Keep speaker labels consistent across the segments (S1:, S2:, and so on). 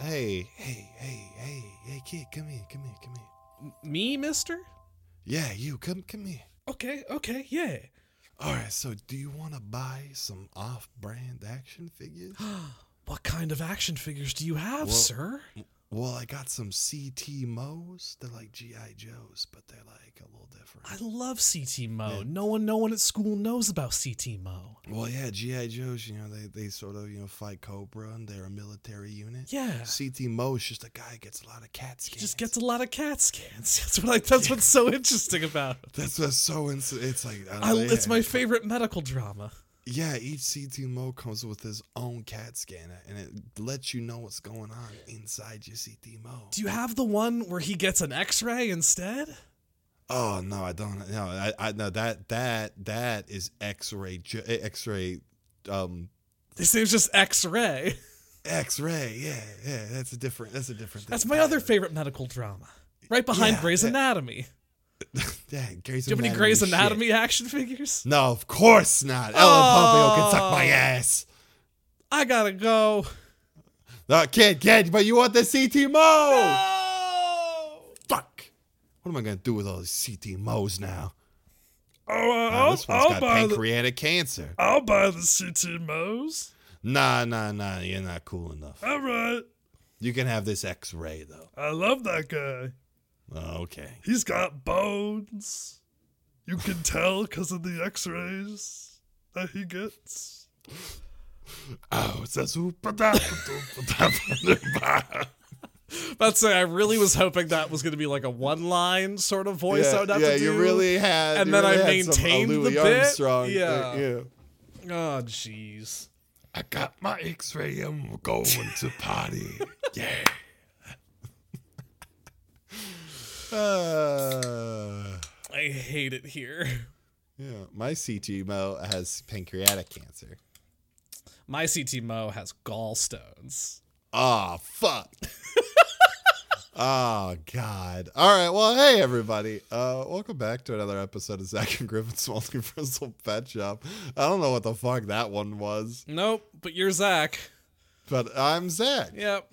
S1: Hey, hey, hey, hey, hey, kid, come here, come here, come here.
S2: Me, mister?
S1: Yeah, you, come, come here.
S2: Okay, okay, yeah.
S1: All right, so do you want to buy some off-brand action figures?
S2: What kind of action figures do you have,
S1: Well-
S2: sir?
S1: well, I got some CT Mo's. They're like GI Joes, but they're like a little different.
S2: I love CT Mo.
S1: Yeah.
S2: No one no one at school knows about CT Mo.
S1: well, yeah, GI Joes. You know, they they sort of you know fight Cobra, and they're a military unit.
S2: Yeah.
S1: CT Mo's just a guy who gets a lot of cat
S2: He
S1: scans.
S2: just gets a lot of cat scans. That's what I that's what's so interesting about. it.
S1: That's that's so ins- It's like I don't
S2: I,
S1: know,
S2: it's
S1: Oh, yeah.
S2: my favorite medical drama.
S1: Yeah, each CT Mo comes with his own CAT scanner, and it lets you know what's going on inside your CT Mo.
S2: Do you have the one where he gets an X-ray instead?
S1: oh no, I don't. No, I, I no that that that is X-ray, ju- eh, X-ray, um,
S2: This is just X-ray.
S1: X-ray. Yeah, yeah, that's a different. That's a different.
S2: That's
S1: thing.
S2: my other favorite medical drama. Right behind
S1: Yeah,
S2: Grey's
S1: yeah.
S2: Anatomy.
S1: yeah, Grey's
S2: Do you have
S1: Anatomy.
S2: any Grey's
S1: shit.
S2: Anatomy action figures?
S1: No, of course not. Ellen Pompeo can suck my
S2: Oh.
S1: ass.
S2: I gotta go.
S1: No, kid, kid, but you want the CT Mo.
S2: Oh!
S1: Fuck. What am I gonna do with all these CT Mo's now?
S2: Oh,
S1: Nah,
S2: I'll,
S1: this one's
S2: I'll
S1: got
S2: buy the,
S1: pancreatic cancer.
S2: I'll buy the CT Mo's.
S1: Nah, nah, nah. You're not cool enough.
S2: All right.
S1: You can have this X-ray though.
S2: I love that guy.
S1: Oh, okay.
S2: He's got bones. You can tell because of the x rays that he gets.
S1: Oh, it's a super da- super da-
S2: That's say I really was hoping that was going to be like a one line sort of voice I would have to do.
S1: had.
S2: And then I maintained the bit. Yeah.
S1: yeah.
S2: Oh, jeez.
S1: I got my X-ray. I'm going to party. yeah. Uh,
S2: I hate it here.
S1: yeah. My CT Mo has pancreatic cancer.
S2: My CT Mo has gallstones.
S1: Oh, fuck. oh, God. All right. Well, hey, everybody. Uh, welcome back to another episode of Zach and Griffin's Multiversal Pet Shop. I don't know what the fuck that one was,
S2: Nope, but you're Zach.
S1: but I'm Zach.
S2: Yep.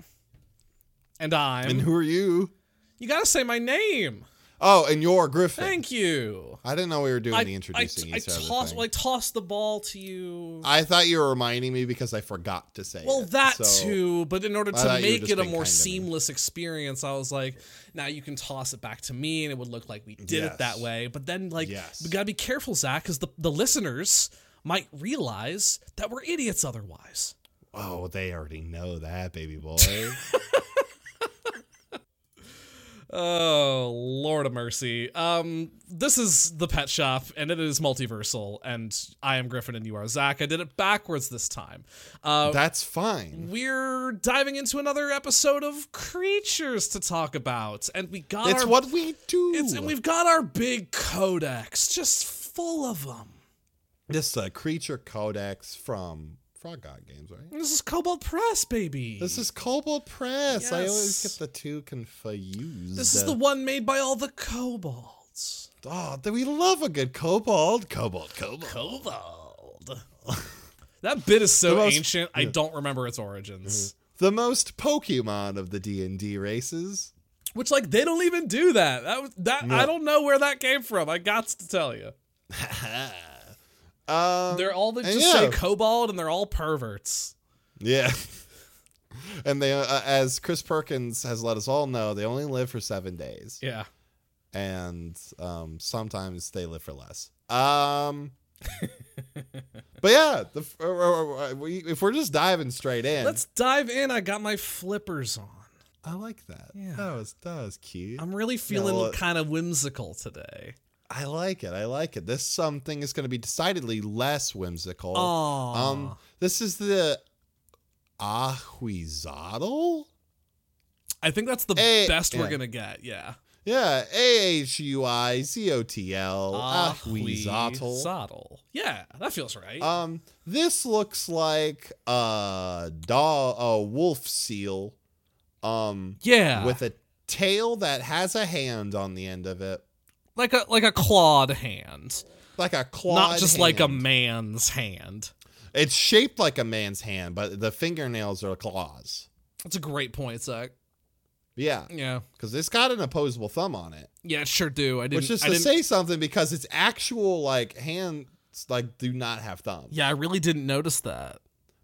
S2: And I'm.
S1: And who are you?
S2: you gotta say my name.
S1: Oh, and you're Griffin.
S2: Thank you.
S1: I didn't know we were doing
S2: I,
S1: the introducing
S2: I, I
S1: each other.
S2: toss,
S1: thing.
S2: I tossed the ball to you.
S1: I thought you were reminding me because I forgot to say
S2: well,
S1: it.
S2: that
S1: So-
S2: too, but in order to
S1: thought you were
S2: make
S1: just
S2: it a
S1: being
S2: more
S1: kind to me.
S2: seamless experience, I was like, now you can toss it back to me and it would look like we did it that
S1: Yes.
S2: way. But then, like,
S1: Yes.
S2: we gotta be careful, Zach, because the, the listeners might realize that we're idiots otherwise.
S1: Oh, they already know that, baby boy.
S2: Oh, Lord of mercy. Um, this is the pet shop, and it is multiversal. And I am Griffin, and you are Zach. I did it backwards this time. Uh,
S1: That's fine.
S2: we're diving into another episode of creatures to talk about, and we got
S1: It's
S2: our
S1: what we do.
S2: it's, and we've got our big codex just full of them.
S1: This uh, creature codex from Frog God Games, right?
S2: This is Cobalt Press, baby.
S1: This is Cobalt Press. I always
S2: Yes.
S1: get the two confused.
S2: this is the one made by all the kobolds.
S1: oh, do we love a good Cobalt? Cobalt, Cobalt.
S2: Kobold. that bit is so
S1: The most- Mm-hmm.
S2: ancient. I don't remember its origins.
S1: the most Pokemon of the D and D races.
S2: Which like they don't even do that. That was that I
S1: No.
S2: don't know where that came from. I got to tell you.
S1: Um,
S2: They're all they
S1: and
S2: just
S1: yeah.
S2: say kobold and they're all perverts.
S1: yeah. And they, uh, as Chris Perkins has let us all know, they only live for seven days,
S2: Yeah.
S1: and um, sometimes they live for less. Um, but yeah, the, f- or- or- or- we- if we're just diving straight in,
S2: Let's dive in. I got my flippers on.
S1: I like that.
S2: Yeah.
S1: That was that was cute.
S2: I'm really feeling
S1: well,
S2: kind of whimsical today.
S1: I like it. I like it. This something is going to be decidedly less whimsical.
S2: Oh,
S1: Um, this is the Ahuizadal.
S2: I think that's the
S1: eh,
S2: best we're
S1: yeah.
S2: gonna get. Yeah,
S1: Yeah, A H U I Z O T L Ahuizadal.
S2: Ahuizotl. Ah, Yeah, that feels right.
S1: Um, this looks like a dog, a wolf seal, um,
S2: yeah,
S1: with a tail that has a hand on the end of it,
S2: like a like a clawed hand,
S1: like a claw.
S2: not just like a man's hand.
S1: It's shaped like a man's hand, but the fingernails are claws.
S2: That's a great point, Zach.
S1: Yeah,
S2: Yeah,
S1: because it's got an opposable thumb on it.
S2: yeah, sure do. I didn't.
S1: which is
S2: I
S1: to
S2: didn't-
S1: say something because its actual like hands like do not have thumbs
S2: yeah, I really didn't notice that.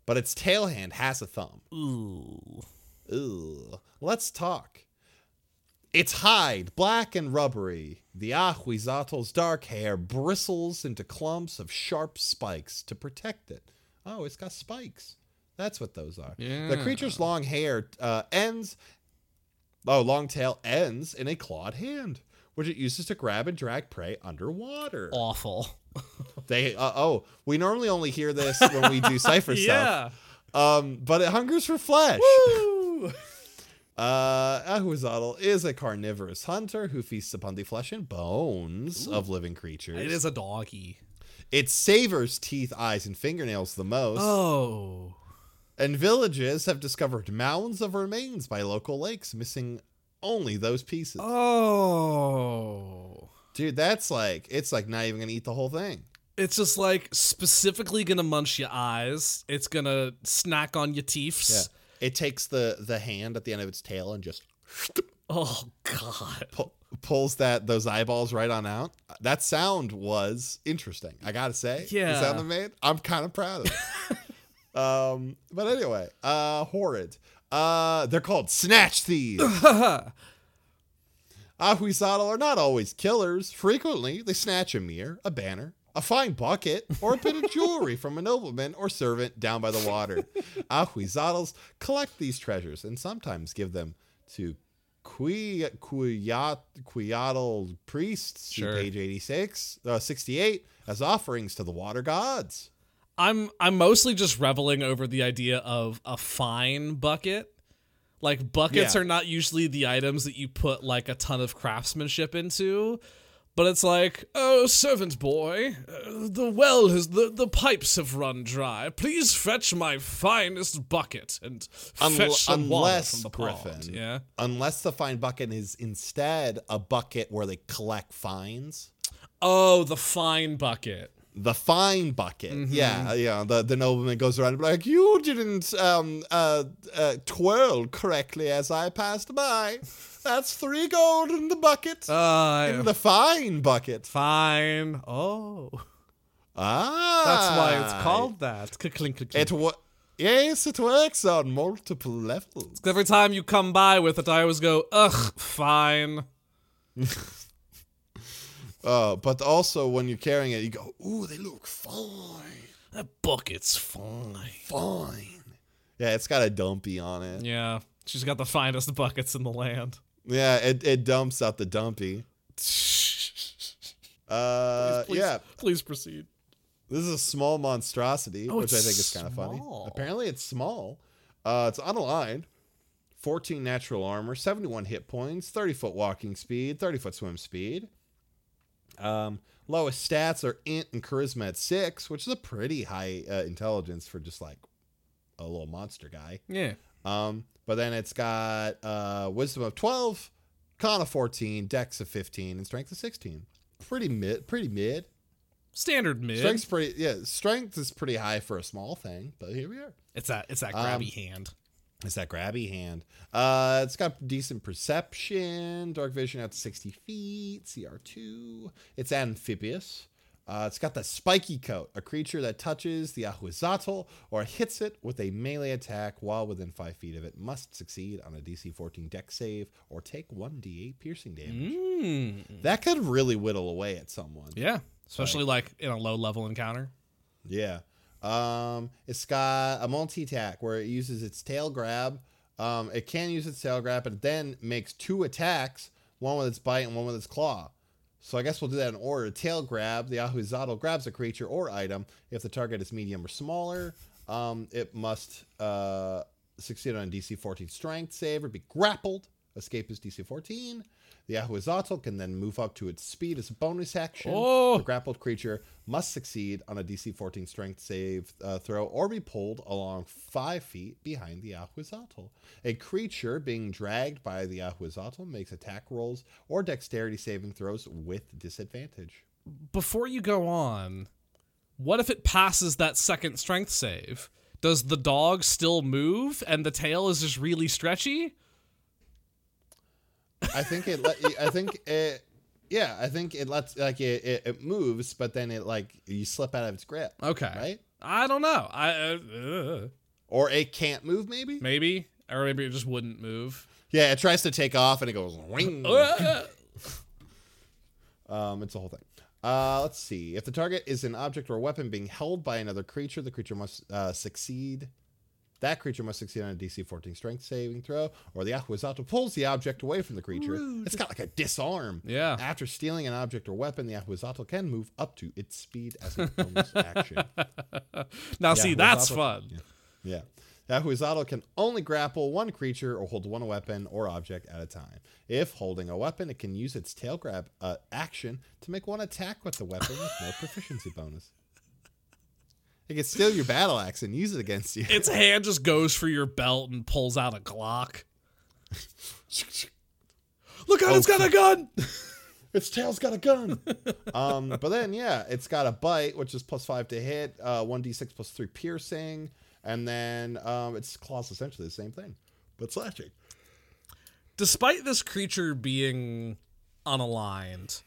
S1: but its tail hand has a thumb
S2: Ooh.
S1: Ooh. let's talk its hide black and rubbery the ahuizatl's dark hair bristles into clumps of sharp spikes to protect it oh it's got spikes that's what those are the creature's long hair uh, ends oh long tail ends in a clawed hand which it uses to grab and drag prey underwater
S2: awful.
S1: They uh, oh, we normally only hear this when we do cipher
S2: Yeah.
S1: stuff. Um, but it hungers for flesh.
S2: Woo!
S1: Uh, Ahuizotl is a carnivorous hunter who feasts upon the flesh and bones of living creatures.
S2: It is a doggy.
S1: It savors teeth, eyes, and fingernails the most.
S2: Oh.
S1: And villages have discovered mounds of remains by local lakes, missing only those pieces.
S2: Oh.
S1: Dude, that's like it's like not even gonna eat the whole thing.
S2: It's just like specifically gonna munch your eyes. It's gonna snack on your
S1: Yeah,
S2: teeths.
S1: it takes the the hand at the end of its tail and just
S2: Oh god.
S1: pu- pulls that those eyeballs right on out. That sound was interesting. I gotta say,
S2: Yeah.
S1: the sound they made. I'm kind of proud of it. um, but anyway, uh, horrid. Uh, they're called snatch thieves. Ahuizadal are not always killers. Frequently, they snatch a mirror, a banner, a fine bucket, or a bit of jewelry from a nobleman or servant down by the water. Ahuizadals collect these treasures and sometimes give them to Qui- Quiyat- Quiyatl priests, see
S2: Sure.
S1: page 86, uh, 68, as offerings to the water gods.
S2: I'm I'm mostly just reveling over the idea of a fine bucket. Like buckets
S1: Yeah.
S2: are not usually the items that you put like a ton of craftsmanship into, but it's like, oh servant boy, uh, the well has the the pipes have run dry. Please fetch my finest bucket and
S1: Unl-
S2: fetch some water
S1: unless,
S2: from the pond."
S1: Griffin.
S2: Yeah.
S1: Unless the fine bucket is instead a bucket where they collect fines.
S2: Oh, the fine bucket.
S1: the fine bucket.
S2: Mm-hmm.
S1: Yeah, uh, yeah. The the nobleman goes around and be like, "You didn't um uh, uh twirl correctly as I passed by. That's three gold in the bucket, in
S2: Uh,
S1: the fine bucket.
S2: fine. Oh,
S1: Ah,
S2: that's why it's called that. Clink, clink,
S1: It wa- yes, it works on multiple levels.
S2: Every time you come by with it, I always go, ugh, fine.
S1: Uh, but also when you're carrying it, you go, "Ooh, they look fine,
S2: That bucket's fine.
S1: fine." Yeah, it's got a dumpy on it.
S2: Yeah, she's got the finest buckets in the land.
S1: Yeah, it, it dumps out the dumpy. Uh,
S2: Please-
S1: yeah,
S2: Please proceed.
S1: this is a small monstrosity,
S2: Oh,
S1: which I
S2: it's
S1: think is kind of funny.
S2: small.
S1: Apparently, it's small. Uh, it's unaligned. 14 natural armor, 71 hit points, 30 foot walking speed, 30 foot swim speed. Um, lowest stats are int and charisma at six, which is a pretty high uh, intelligence for just like a little monster guy.
S2: Yeah.
S1: Um, but then it's got uh, wisdom of twelve, con of fourteen, dex of fifteen, and strength of sixteen. Pretty mid, pretty mid.
S2: Standard mid.
S1: Strength's pretty yeah. Strength is pretty high for a small thing, but here we are.
S2: It's that it's that
S1: Um,
S2: grabby hand.
S1: It's that grabby hand. Uh, it's got decent perception, dark vision out to sixty feet, CR two. It's amphibious. Uh, it's got the spiky coat, a creature that touches the Ahuizatl or hits it with a melee attack while within five feet of it must succeed on a DC 14 dex save or take 1d8 piercing damage.
S2: Mm.
S1: That could really whittle away at someone.
S2: Yeah. Especially like in a low level encounter.
S1: Yeah. Um, it's got a multi attack where it uses its tail grab. Um, it can use its tail grab, but it then makes two attacks, one with its bite and one with its claw. So I guess we'll do that in order. Tail grab, the Ahuzatl grabs a creature or item. If the target is medium or smaller, um, it must uh, succeed on a DC 14 strength save or be grappled. Escape is DC 14. The Ahuzatl can then move up to its speed as a bonus action.
S2: Oh!
S1: The grappled creature must succeed on a DC 14 strength save uh, throw or be pulled along five feet behind the Ahuzatl. A creature being dragged by the Ahuzatl makes attack rolls or dexterity saving throws with disadvantage.
S2: Before you go on, what if it passes that second strength save? Does the dog still move and the tail is just really stretchy?
S1: I think it. Let, I think it. Yeah, I think it lets like it, it, it moves, but then it like you slip out of its grip.
S2: Okay.
S1: Right?
S2: I don't know. I uh, uh,
S1: Or it can't move, maybe.
S2: maybe or maybe it just wouldn't move.
S1: Yeah, it tries to take off and it goes wing.
S2: Uh,
S1: Um, it's a whole thing. Uh, let's see. If the target is an object or weapon being held by another creature, the creature must uh, succeed. That creature must succeed on a DC 14 strength saving throw, or the Ahuizato pulls the object away from the creature. It's got like a disarm.
S2: Yeah.
S1: After stealing an object or weapon, the Ahuizato can move up to its speed as a bonus action.
S2: now see,
S1: Ahuizato-
S2: that's fun.
S1: Yeah. The Ahuizato can only grapple one creature or hold one weapon or object at a time. If holding a weapon, it can use its tail grab uh, action to make one attack with the weapon with no proficiency bonus. It can steal your battle axe and use it against you.
S2: Its hand just goes for your belt and pulls out a Glock. Look out, it's got a gun.
S1: its tail's got a gun. um, but then yeah, it's got a bite, which is plus five to hit, uh, one d six plus three piercing, and then um, its claws essentially the same thing, but slashing.
S2: Despite this creature being unaligned,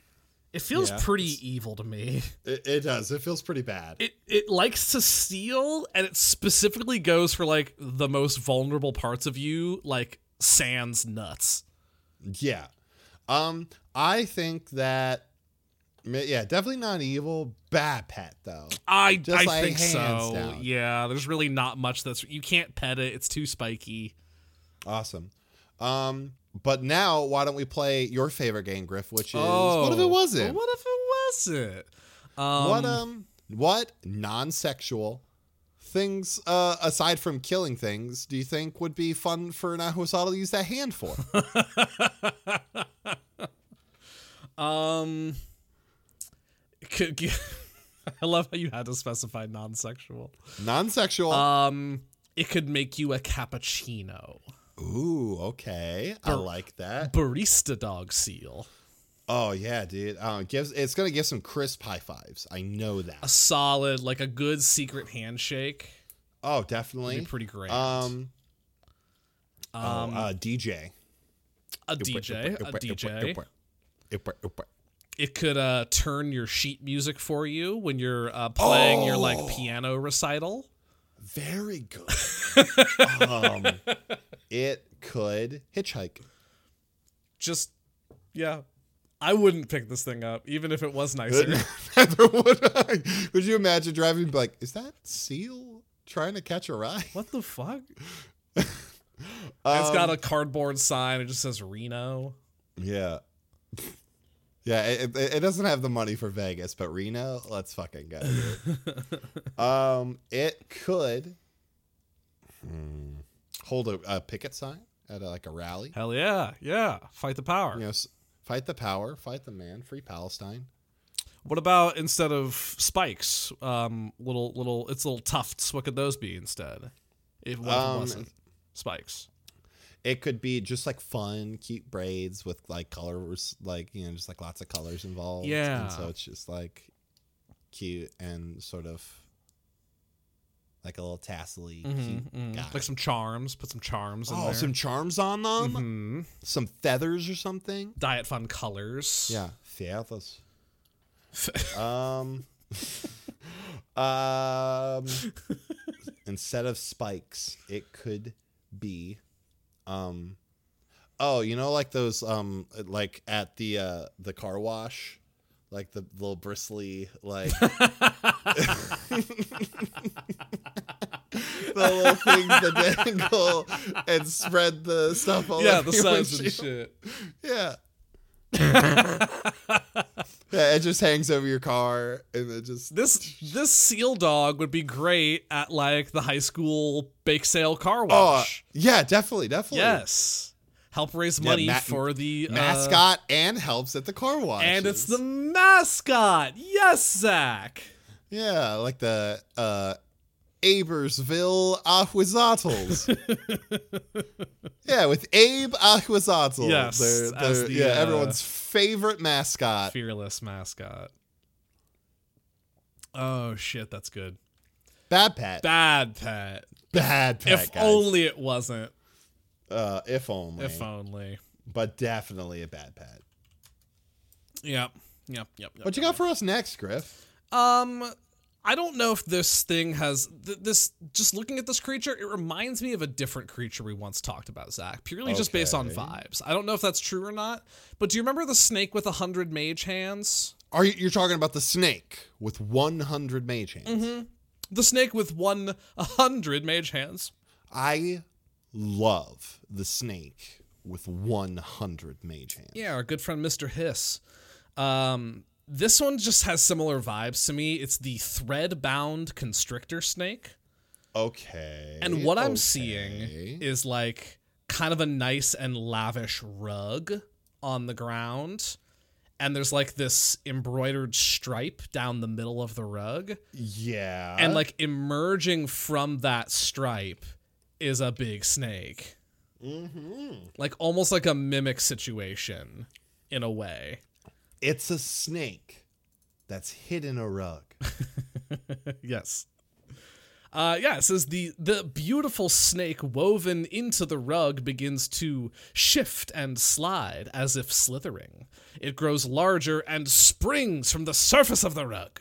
S2: it feels
S1: Yeah.
S2: pretty evil to me.
S1: It, it does. It feels pretty bad.
S2: It it likes to steal and it specifically goes for like the most vulnerable parts of you, like sans nuts.
S1: Yeah. Um, I think that ma- yeah, definitely not evil. Bad pet though.
S2: I
S1: Just
S2: I
S1: like
S2: think
S1: hands
S2: so.
S1: down.
S2: Yeah, there's really not much that's you can't pet it. It's too spiky.
S1: Awesome. Um, but now why don't we play your favorite game, Griff? Which is
S2: Oh,
S1: what if it wasn't? What,
S2: What if it wasn't? Um,
S1: um, what non-sexual things uh aside from killing things do you think would be fun for an Ahusada to use that hand for?
S2: Um, could, g- I love how you had to specify non-sexual.
S1: non-sexual.
S2: Um, it could make you a cappuccino,
S1: Ooh, okay. I like that.
S2: barista dog seal,
S1: Oh yeah, dude. Um, gives it's gonna give some crisp high fives. I know that.
S2: a solid like a good secret handshake.
S1: Oh, definitely.
S2: Be pretty great.
S1: Um,
S2: Um,
S1: oh, uh, DJ.
S2: a DJ, a DJ.
S1: DJ.
S2: It could uh turn your sheet music for you when you're uh, playing your
S1: Oh.
S2: like piano recital.
S1: Very good. um, it could hitchhike.
S2: Just yeah. I wouldn't pick this thing up, even if it was nicer.
S1: Neither would I. Would you imagine driving and be like, is that seal trying to catch a ride?
S2: What the fuck?
S1: Um,
S2: it's got a cardboard sign. It just says Reno.
S1: yeah. Yeah, it, it, it doesn't have the money for Vegas, but Reno, let's fucking go. dude. um, it could hmm, hold a, a picket sign at a, like a rally.
S2: Hell yeah, yeah. Fight the power.
S1: You know, s- fight the power, fight the man, free Palestine.
S2: What about instead of spikes, um, little little, it's little tufts. What could those be instead? If what if it
S1: Um,
S2: wasn't spikes.
S1: It could be just like fun, cute braids with like colors, like you know, just like lots of colors involved.
S2: Yeah.
S1: and so it's just like cute and sort of like a little tassely.
S2: Mhm,
S1: Cute
S2: mhm.
S1: guy.
S2: Like some charms. Put some charms in
S1: Oh,
S2: there.
S1: some charms on them,
S2: Mhm.
S1: some feathers or something.
S2: diet fun colors.
S1: Yeah, feathers. um, um, instead of spikes, it could be, um, oh, you know, like those, um, like at the uh the car wash, like the little bristly, like the little things that dangle and spread the stuff all
S2: Yeah,
S1: over
S2: the
S1: your
S2: suds and
S1: windshield.
S2: shit.
S1: Yeah. Yeah, it just hangs over your car and it just
S2: This this seal dog would be great at like the high school bake sale car
S1: Oh,
S2: wash.
S1: yeah, definitely, definitely.
S2: yes. Help raise
S1: Yeah,
S2: money
S1: ma-
S2: for the uh,
S1: Mascot and helps at the car wash.
S2: And it's the mascot. Yes, Zach.
S1: Yeah, like the uh Abersville Ahuizatls. yeah, with Abe Ahuizatl.
S2: Yes,
S1: They're-
S2: as
S1: they're-
S2: the,
S1: yeah,
S2: uh,
S1: everyone's favorite mascot.
S2: Fearless mascot. Oh shit, that's good.
S1: Bad Pat.
S2: Bad pet.
S1: Bad Pat,
S2: if
S1: guys.
S2: only it wasn't.
S1: uh, if only.
S2: If only.
S1: but definitely a Bad Pat.
S2: Yep. Yep. Yep. yep.
S1: What you got for us next, Griff?
S2: Um, I don't know if this thing has th- this. Just looking at this creature, it reminds me of a different creature we once talked about, Zach. Purely just based on
S1: Okay.
S2: vibes. I don't know if that's true or not. But do you remember the snake with a hundred mage hands?
S1: Are you, you're talking about the snake with 100 mage hands?
S2: Mm-hmm. The snake with one a hundred mage hands.
S1: I love the snake with 100 mage hands.
S2: Yeah, our good friend Mr. Hiss. Um, this one just has similar vibes to me. It's the thread-bound constrictor snake.
S1: Okay.
S2: And what I'm
S1: okay.
S2: seeing is like kind of a nice and lavish rug on the ground. And there's like this embroidered stripe down the middle of the rug.
S1: Yeah.
S2: And like emerging from that stripe is a big snake.
S1: Mhm.
S2: Like almost like a mimic situation in a way.
S1: it's a snake that's hidden a rug.
S2: yes. Uh, yeah, it says the the beautiful snake woven into the rug begins to shift and slide as if slithering. It grows larger and springs from the surface of the rug.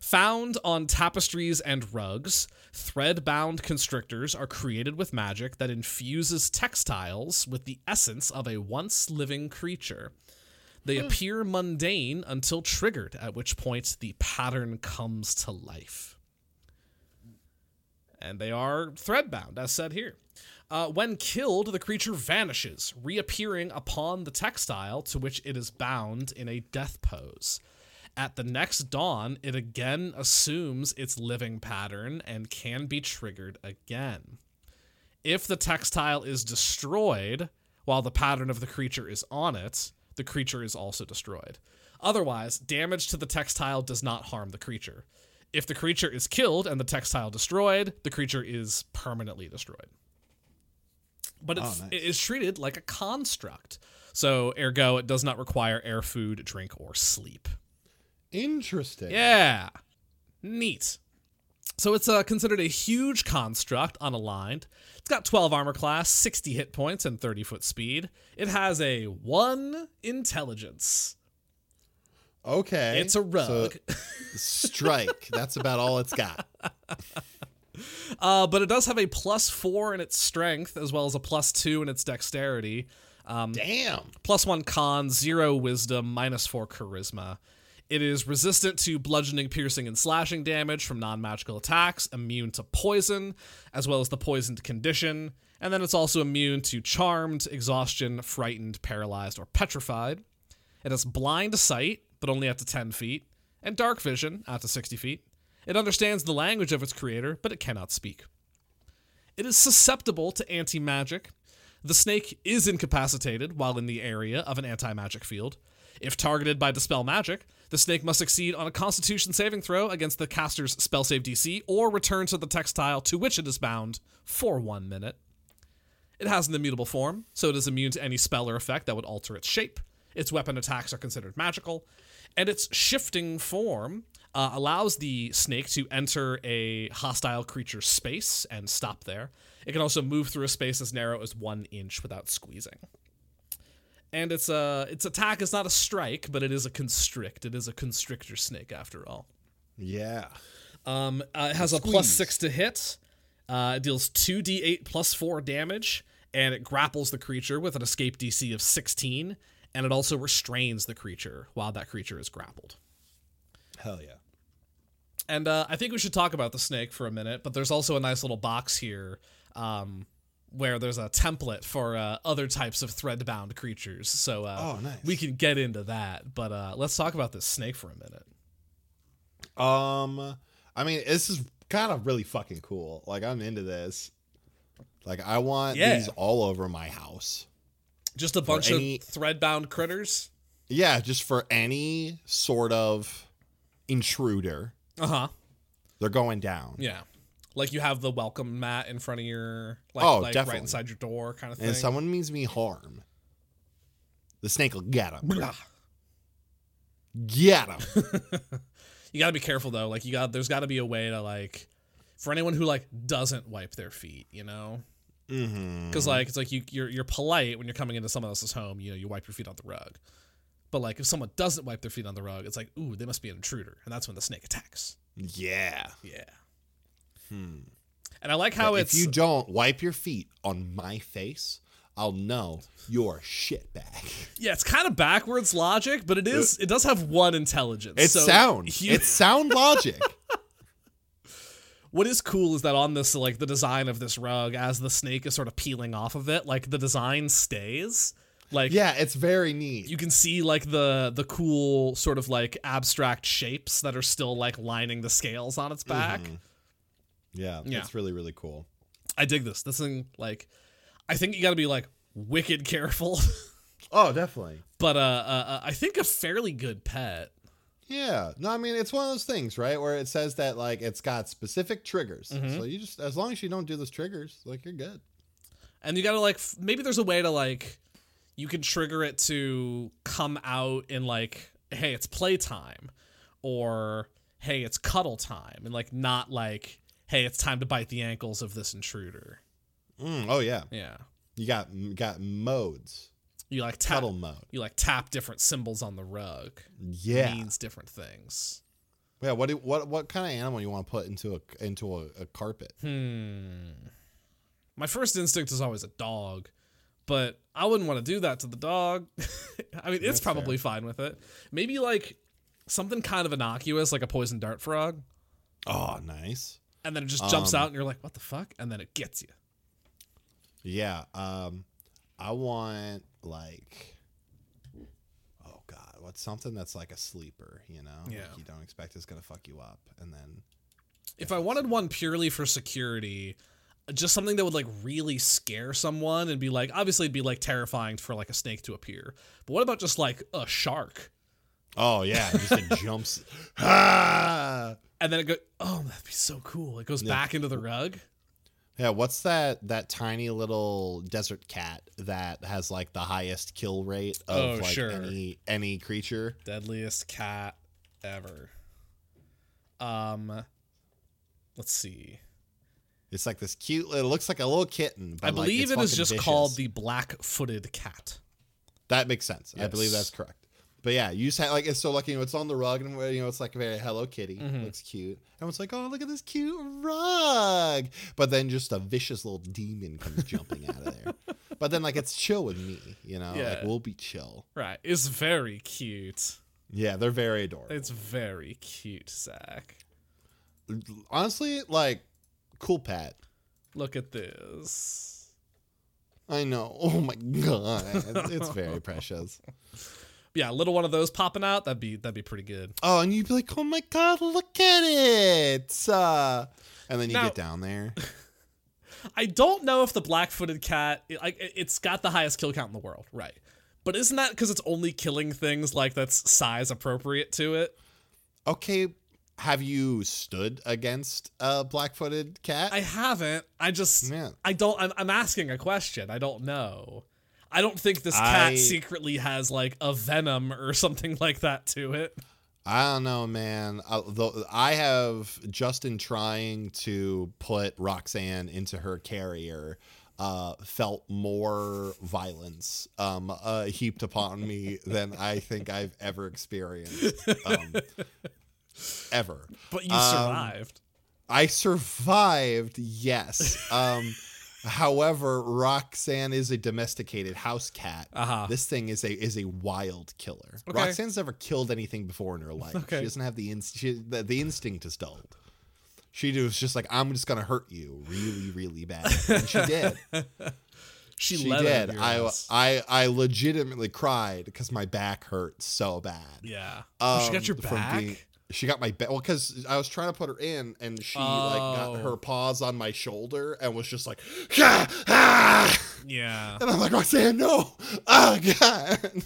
S2: Found on tapestries and rugs, thread bound constrictors are created with magic that infuses textiles with the essence of a once living creature. They appear mundane until triggered, at which point the pattern comes to life. And they are threadbound, as said here. Uh, when killed, the creature vanishes, reappearing upon the textile to which it is bound in a death pose. At the next dawn, it again assumes its living pattern and can be triggered again. If the textile is destroyed while the pattern of the creature is on it, the creature is also destroyed. Otherwise, damage to the textile does not harm the creature. If the creature is killed and the textile destroyed, the creature is permanently destroyed. But it's,
S1: nice.
S2: it is treated like a construct. So, ergo, it does not require air, food, drink, or sleep.
S1: Interesting.
S2: Yeah. Neat. So it's uh, considered a huge construct unaligned. It's got 12 armor class, 60 hit points, and 30 foot speed. It has a 1 intelligence.
S1: Okay.
S2: It's a
S1: So,
S2: rug.
S1: strike. That's about all it's got.
S2: Uh, but it does have a plus 4 in its strength, as well as a plus 2 in its dexterity. Um,
S1: Damn.
S2: plus one con, zero wisdom, minus four charisma. It is resistant to bludgeoning, piercing, and slashing damage from non magical attacks, immune to poison, as well as the poisoned condition. And then it's also immune to charmed, exhaustion, frightened, paralyzed, or petrified. It has blind sight, but only up to 10 feet, and dark vision, out to 60 feet. It understands the language of its creator, but it cannot speak. It is susceptible to anti magic. The snake is incapacitated while in the area of an anti magic field. If targeted by Dispel Magic, the snake must succeed on a Constitution saving throw against the caster's spell save DC or return to the textile to which it is bound for one minute. It has an immutable form, so it is immune to any spell or effect that would alter its shape. Its weapon attacks are considered magical, and its shifting form uh, allows the snake to enter a hostile creature's space and stop there. It can also move through a space as narrow as one inch without squeezing. And its uh, its attack is not a strike, but it is a constrict. It is a constrictor snake after all.
S1: Yeah.
S2: Um, uh, it has a plus
S1: Squeeze.
S2: six to hit. Uh, it deals two d8 plus four damage, and it grapples the creature with an escape DC of 16, and it also restrains the creature while that creature is grappled.
S1: Hell yeah.
S2: And uh, I think we should talk about the snake for a minute, but there's also a nice little box here um, where there's a template for uh, other types of thread-bound creatures. So uh,
S1: Oh, nice.
S2: we can get into that, but uh, let's talk about this snake for a minute.
S1: Um, I mean, this is kind of really fucking cool. Like, I'm into this. Like, I want
S2: Yeah.
S1: these all over my house.
S2: Just a bunch
S1: any-
S2: of thread-bound critters.
S1: Yeah, just for any sort of intruder,
S2: Uh huh.
S1: they're going down.
S2: Yeah. Like you have the welcome mat in front of your like,
S1: Oh,
S2: like right
S1: definitely.
S2: inside your door kind of
S1: and
S2: thing.
S1: if someone means me harm, the snake will get him.
S2: Blah.
S1: Get him.
S2: You gotta be careful though. Like you got there's gotta be a way to like for anyone who like doesn't wipe their feet, you know?
S1: mm-hmm.
S2: Because like it's like you you're you're polite when you're coming into someone else's home, you know, you wipe your feet on the rug. But like if someone doesn't wipe their feet on the rug, it's like, ooh, they must be an intruder. And that's when the snake attacks.
S1: Yeah.
S2: Yeah. And I like how
S1: Hmm. But
S2: it's
S1: if you don't wipe your feet on my face, I'll know you're shitbag.
S2: yeah, it's kind of backwards logic, but
S1: Uh,
S2: it is it does have one intelligence.
S1: It's
S2: so
S1: sound.
S2: you-
S1: It's sound logic.
S2: what is cool is that on this like the design of this rug as the snake is sort of peeling off of it like the design stays like
S1: yeah, it's very neat.
S2: you can see like the the cool sort of like abstract shapes that are still like lining the scales on its back
S1: yeah,
S2: Yeah.
S1: it's really really cool.
S2: i dig this this thing like i think you got to be like wicked careful
S1: Oh, definitely.
S2: but uh, uh uh, i think a fairly good pet
S1: Yeah. No, I mean it's one of those things, right? Where it says that like it's got specific triggers.
S2: Mhm.
S1: So you just as long as you don't do those triggers, like you're good.
S2: and you gotta like f- maybe there's a way to like you can trigger it to come out in like hey it's playtime or hey it's cuddle time and like not like hey it's time to bite the ankles of this intruder
S1: Mm, oh yeah.
S2: yeah
S1: You got you got modes.
S2: you like tap
S1: Cuddle mode.
S2: you like tap different symbols on the rug
S1: Yeah.
S2: means different things
S1: Yeah, what do, what what kind of animal you want to put into a into a, a carpet?
S2: hmm my first instinct is always a dog but i wouldn't want to do that to the dog i mean it's
S1: That's fair.
S2: probably fine with it maybe like something kind of innocuous like a poison dart frog
S1: Oh, nice.
S2: and then it just jumps
S1: Um,
S2: out and you're like what the fuck and then it gets you
S1: Yeah. Um, I want like, oh god, what's something that's like a sleeper? You know,
S2: Yeah.
S1: like you don't expect it's gonna fuck you up, and then
S2: if i wanted one purely for security just something that would like really scare someone and be like obviously it'd be like terrifying for like a snake to appear but what about just like a shark
S1: oh yeah, just it jumps. Ah!
S2: and then it goes oh that'd be so cool it goes back into the rug
S1: Yeah, what's that that tiny little desert cat that has like the highest kill rate of
S2: Oh,
S1: like
S2: sure.
S1: any any creature?
S2: Deadliest cat ever. Um, let's see.
S1: It's like this cute. It looks like a little kitten. But
S2: I
S1: like,
S2: believe
S1: it's
S2: it is
S1: fucking
S2: just
S1: vicious.
S2: called the black-footed cat.
S1: That makes sense. I believe
S2: Yes.
S1: that's correct. But yeah, you just had, like it's so lucky. You know, it's on the rug, and you know it's like a very Hello Kitty.
S2: Mm-hmm.
S1: Looks cute. Everyone's like, "Oh, look at this cute rug!" But then just a vicious little demon comes jumping out of there. But then like it's chill with me, you know. Like
S2: Yeah.
S1: we'll be chill.
S2: Right. It's very cute.
S1: Yeah, they're very adorable.
S2: It's very cute, Zach.
S1: Honestly, like cool pet.
S2: Look at this.
S1: I know. Oh my god, it's, it's very precious.
S2: Yeah, a little one of those popping out. That'd be that'd be pretty good.
S1: Oh, and you'd be like, "Oh my god, look at it!" Uh, and then you
S2: Now-
S1: get down there.
S2: I don't know if the black-footed cat it- like it- it's got the highest kill count in the world, right? But isn't that because it's only killing things like that's size appropriate to it?
S1: okay have you stood against a black-footed cat
S2: I haven't. I just
S1: Yeah.
S2: I don't I'm, I'm asking a question. I don't know. I don't think this cat
S1: I-
S2: secretly has like a venom or something like that to it.
S1: I don't know man I, the, I have justin trying to put roxanne into her carrier uh, felt more violence um, uh, heaped upon me than I think I've ever experienced. Um, ever.
S2: But you
S1: Um,
S2: survived.
S1: I survived, yes. Um, however, Roxanne is a domesticated house cat.
S2: Uh-huh.
S1: This thing is a is a wild killer.
S2: Okay.
S1: Roxanne's never killed anything before in her life.
S2: Okay.
S1: She doesn't have the, inst- she, the the instinct is dulled. She was just like, I'm just gonna hurt you really, really bad. And she did.
S2: She,
S1: she
S2: let
S1: did. I,
S2: I,
S1: I I legitimately cried because my back hurt so bad.
S2: yeah. Oh, she got your
S1: Um, from
S2: back.
S1: being- she got my back. Well, because I was trying to put her in, and she like
S2: Oh.
S1: got her paws on my shoulder and was just like, "Ah, ah!"
S2: yeah.
S1: and I'm like, Roxanne, no, ah, God. It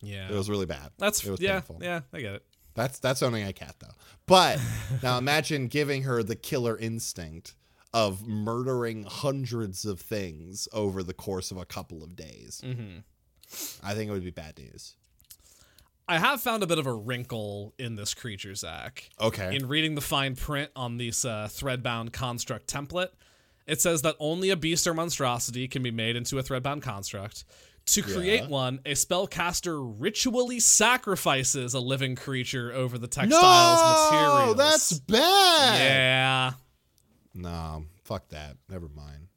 S2: Yeah.
S1: was really bad.
S2: That's
S1: it was
S2: yeah.
S1: painful.
S2: Yeah, I get it.
S1: That's that's owning a cat though. But now imagine giving her the killer instinct of murdering hundreds of things over the course of a couple of days.
S2: Mm-hmm.
S1: I think it would be bad news.
S2: I have found a bit of a wrinkle in this creature, Zach.
S1: Okay.
S2: In reading the fine print on this uh, threadbound construct template, it says that only a beast or monstrosity can be made into a threadbound construct. To create
S1: Yeah.
S2: one, a spellcaster ritually sacrifices a living creature over the textile's
S1: no,
S2: materials.
S1: that's bad.
S2: yeah.
S1: No, fuck that. Never mind.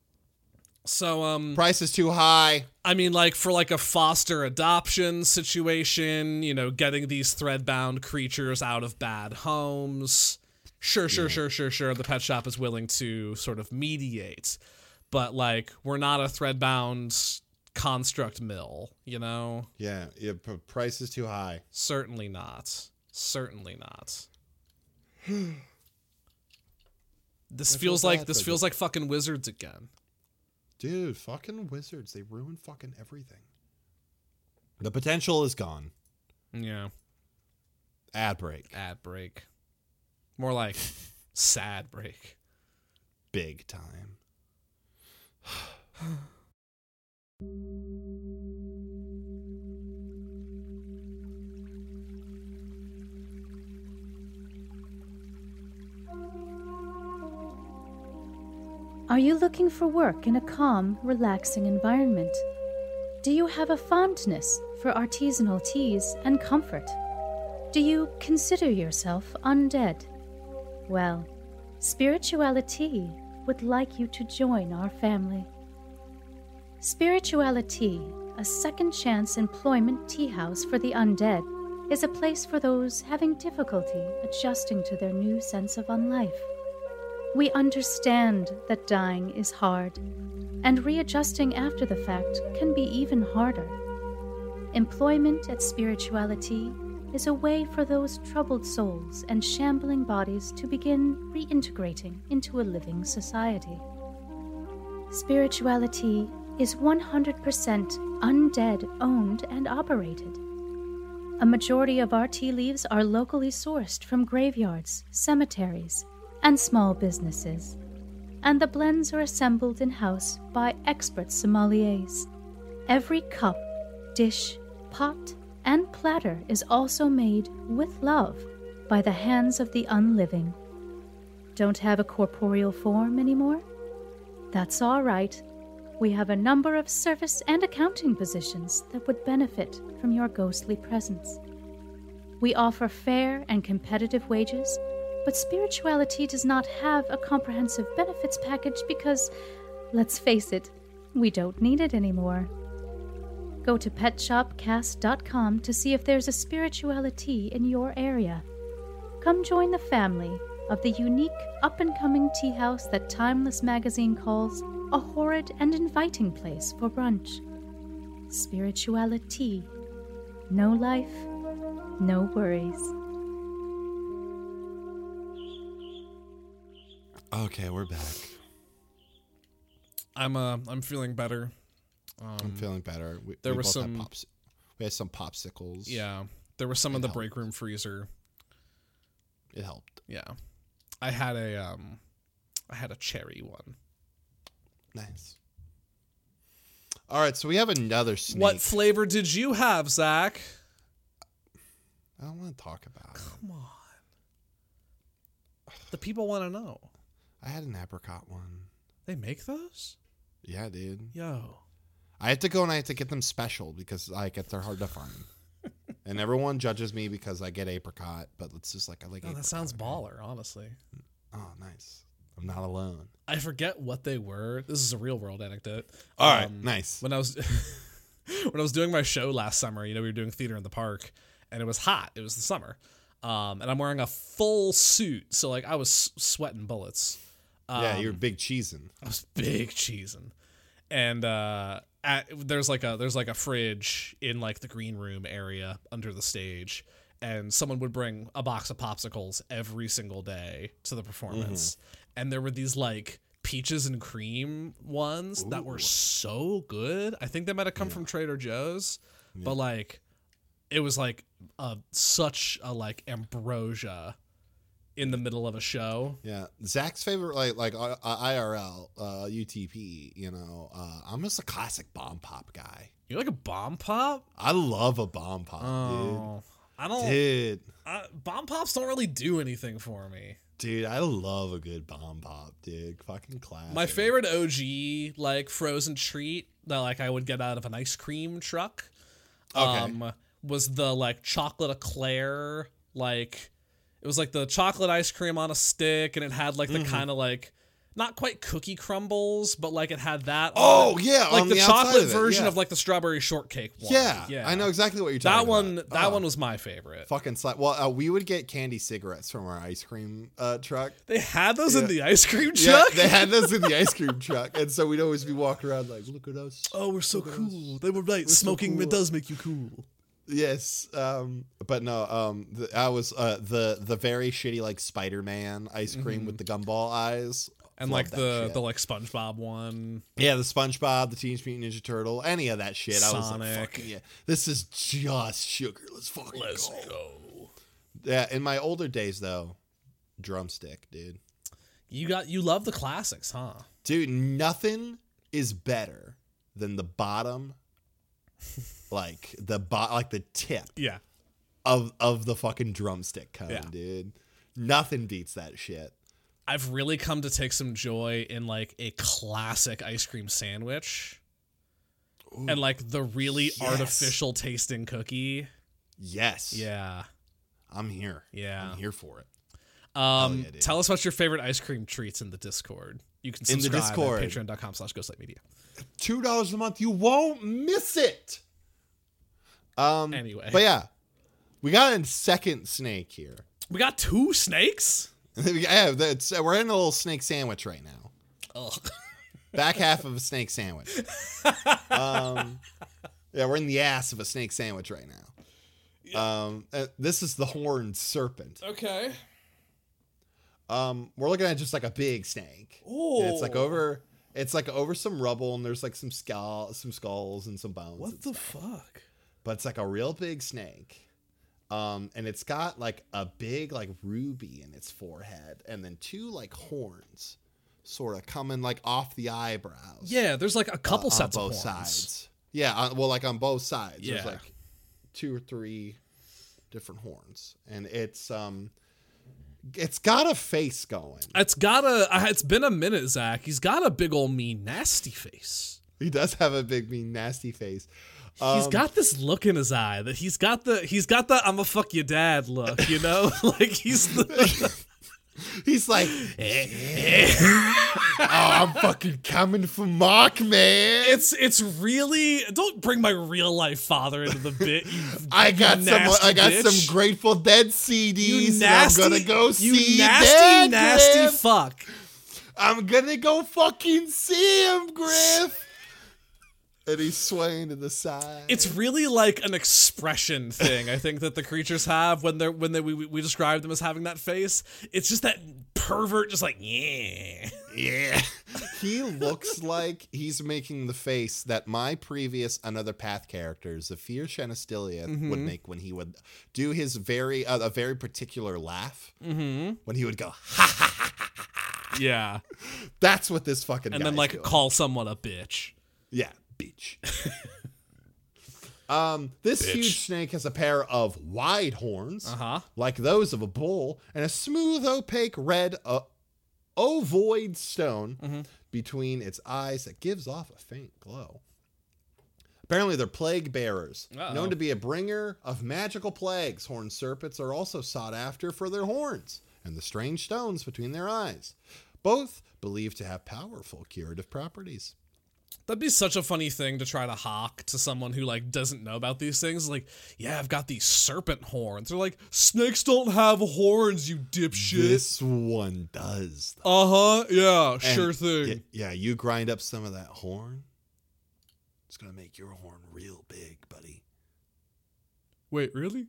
S2: So um,
S1: Price is too high.
S2: I mean, like for like a foster adoption situation, you know, getting these threadbound creatures out of bad homes. Sure, sure, sure, sure, sure. The pet shop is willing to sort of mediate, but like we're not a threadbound construct mill, you know.
S1: Yeah, yeah p- price is too high.
S2: Certainly not. Certainly not. this
S1: I feel
S2: feels like
S1: bad
S2: this
S1: for
S2: feels like fucking wizards again.
S1: Dude, fucking wizards, they ruin fucking everything. The potential is gone.
S2: Yeah.
S1: Ad break.
S2: Ad break. More like sad break.
S1: Big time.
S3: Are you looking for work in a calm, relaxing environment? Do you have a fondness for artisanal teas and comfort? Do you consider yourself undead? Well, Spirituality would like you to join our family. Spirituality, a second chance employment tea house for the undead, is a place for those having difficulty adjusting to their new sense of unlife. We understand that dying is hard, and readjusting after the fact can be even harder. Employment at spirituality is a way for those troubled souls and shambling bodies to begin reintegrating into a living society. Spirituality is 100% undead owned and operated. A majority of our tea leaves are locally sourced from graveyards, cemeteries, and small businesses. And the blends are assembled in house by expert sommeliers. Every cup, dish, pot, and platter is also made with love by the hands of the unliving. Don't have a corporeal form anymore? That's all right. We have a number of service and accounting positions that would benefit from your ghostly presence. We offer fair and competitive wages, but spirituality does not have a comprehensive benefits package because, let's face it, we don't need it anymore. Go to petshopcast.com to see if there's a spirituality in your area. Come join the family of the unique up and coming tea house that Timeless magazine calls a horrid and inviting place for brunch. Spirituality. No life, no worries.
S1: Okay, we're back.
S2: I'm uh I'm feeling better.
S1: I'm feeling better. We,
S2: there
S1: we
S2: were
S1: both had
S2: some-
S1: pops- we had some popsicles.
S2: Yeah. There was some in
S1: It
S2: the
S1: helped.
S2: break room freezer.
S1: it helped.
S2: Yeah. I had a um I had a cherry one.
S1: Nice. All right, so we have another snake.
S2: What flavor did you have, Zach?
S1: I don't want to talk about. it.
S2: Come on. The people want to know.
S1: I had an apricot one.
S2: They make those?
S1: Yeah, dude.
S2: Yo.
S1: I have to go and I have to get them special because like if they're hard to find. and everyone judges me because I get apricot, but it's just like I like.
S2: No, Oh, that
S1: apricot,
S2: sounds
S1: right?
S2: baller, honestly.
S1: Oh, nice. I'm not alone.
S2: I forget what they were. This is a real world anecdote.
S1: All right,
S2: Um,
S1: nice.
S2: when I was when I was doing my show last summer, you know, we were doing theater in the park, and it was hot. It was the summer, um, and I'm wearing a full suit, so like I was s- sweating bullets.
S1: yeah,
S2: um,
S1: you're big cheesin'.
S2: I was big cheesing, and uh, at, there's like a there's like a fridge in like the green room area under the stage, and someone would bring a box of popsicles every single day to the performance, and there were these like peaches and cream ones that were so good. I think they might have come from Trader Joe's, but like it was like a such a like ambrosia in the middle of a show.
S1: Yeah, Zach's favorite like like uh, uh, IRL uh, UTP. You know, uh, I'm just a classic bomb pop guy.
S2: You like a bomb pop?
S1: I love a bomb pop,
S2: Oh, I
S1: dude.
S2: don't.
S1: Dude,
S2: I, bomb pops don't really do anything for me.
S1: dude, I love a good bomb pop, dude. Fucking classic.
S2: My favorite OG like frozen treat that like I would get out of an ice cream truck,
S1: Okay.
S2: um, was the like chocolate eclair. Like it was like the chocolate ice cream on a stick, and it had like the
S1: Mm-hmm.
S2: kind of like not quite cookie crumbles, but like it had that.
S1: Oh
S2: on it.
S1: yeah,
S2: like
S1: on
S2: the,
S1: the, outside
S2: chocolate
S1: of it,
S2: version
S1: yeah.
S2: of like the strawberry shortcake one.
S1: yeah,
S2: yeah,
S1: I know exactly what you're talking
S2: That
S1: about.
S2: one, that
S1: Oh,
S2: one was my favorite.
S1: fucking slap. Well, uh, we would get candy cigarettes from our ice cream uh, truck.
S2: They had those in
S1: Yeah.
S2: the ice cream
S1: Yeah,
S2: truck.
S1: they had those in the ice cream truck, and so we'd always be walking around like, "Look at us."
S2: Oh, we're so cool. They were right.
S1: so
S2: Smoking
S1: cool.
S2: it does make you cool.
S1: Yes, um, but no, um, the, I was uh, the the very shitty like Spider Man ice cream with the gumball eyes,
S2: Mm-hmm. And
S1: Love
S2: like
S1: that
S2: the
S1: shit.
S2: the like SpongeBob one.
S1: yeah, the SpongeBob, the Teenage Mutant Ninja Turtle, any of that shit. I was like,
S2: Sonic.
S1: fuck yeah, this is just sugar. Let's fucking go.
S2: go.
S1: Yeah, in my older days though, drumstick, dude,
S2: You got you love the classics, huh?
S1: dude, nothing is better than the bottom, like the bot, like the tip
S2: Yeah.
S1: of of the fucking drumstick cone,
S2: Yeah.
S1: dude. Nothing beats that shit.
S2: I've really come to take some joy in like a classic ice cream sandwich. and like the really
S1: yes.
S2: artificial tasting cookie.
S1: Yes.
S2: Yeah.
S1: I'm here.
S2: Yeah.
S1: I'm here for it.
S2: Um
S1: yeah, dude.
S2: tell us about your favorite ice cream treats in the Discord. You can
S1: In the
S2: subscribe
S1: Discord.
S2: at patreon.com slash ghostlightmedia.
S1: Two dollars a month. You won't miss it. Um
S2: Anyway.
S1: But yeah. We got a second snake here.
S2: We got two snakes?
S1: yeah, that's we're in a little snake sandwich right now.
S2: Ugh.
S1: Back half of a snake sandwich. um, yeah, we're in the ass of a snake sandwich right now. Um, uh, this is the horned serpent.
S2: Okay.
S1: Um, we're looking at just like a big snake. And it's like
S2: Ooh.
S1: over. It's like over some rubble, and there's like some skull, some skulls, and some bones.
S2: What
S1: It's-
S2: the fuck?
S1: but it's like a real big snake. Um, and it's got like a big like ruby in its forehead, and then two like horns, sort of coming like off the eyebrows.
S2: Yeah, there's like a
S1: uh,
S2: couple sets
S1: on both
S2: of horns.
S1: sides. Yeah, uh, well, like on both sides. There's
S2: Yeah.
S1: like two or three different horns, and it's um, it's got a face going.
S2: It's got a. I- It's been a minute, Zach. He's got a big old mean nasty face.
S1: He does have a big, mean, nasty face.
S2: He's
S1: Um,
S2: got this look in his eye that he's got the he's got the I'm a fuck your dad look, you know, like he's the,
S1: He's like, oh, I'm fucking coming for Mark, man.
S2: it's it's really don't bring my real life father into the bit. You,
S1: I
S2: you
S1: got some.
S2: nasty
S1: I got
S2: bitch.
S1: some Grateful Dead
S2: You
S1: CDs.
S2: nasty,
S1: and I'm gonna go
S2: you
S1: see
S2: nasty,
S1: Dead,
S2: nasty
S1: Griff.
S2: fuck.
S1: I'm gonna go fucking see him, Griff. and he's swaying to the side.
S2: It's really like an expression thing. I think that the creatures have when they're when they we, we describe them as having that face. It's just that pervert, just like yeah.
S1: yeah. he looks like he's making the face that my previous Another Path character, Zephyr Shenastiliath, would
S2: Mm-hmm.
S1: make when he would do his very uh, a very particular laugh
S2: Mm-hmm.
S1: when he would go. Ha!
S2: Yeah,
S1: That's what this fucking.
S2: and then
S1: guy's
S2: like
S1: doing.
S2: call someone a bitch.
S1: Yeah, beach. um, this huge snake has a pair of wide horns,
S2: Uh-huh.
S1: like those of a bull, and a smooth, opaque red uh, ovoid stone
S2: Mm-hmm.
S1: between its eyes that gives off a faint glow. Apparently, they're plague bearers,
S2: Uh-oh.
S1: known to be a bringer of magical plagues. Horned serpents are also sought after for their horns and the strange stones between their eyes, both believed to have powerful curative properties.
S2: That'd be such a funny thing to try to hawk to someone who like doesn't know about these things. Like, yeah, I've got these serpent horns. They're like, snakes don't have horns, you dipshit.
S1: This one does. though.
S2: Uh huh. Yeah, sure
S1: And
S2: thing.
S1: y- yeah, you grind up some of that horn. It's gonna make your horn real big, buddy.
S2: Wait, really?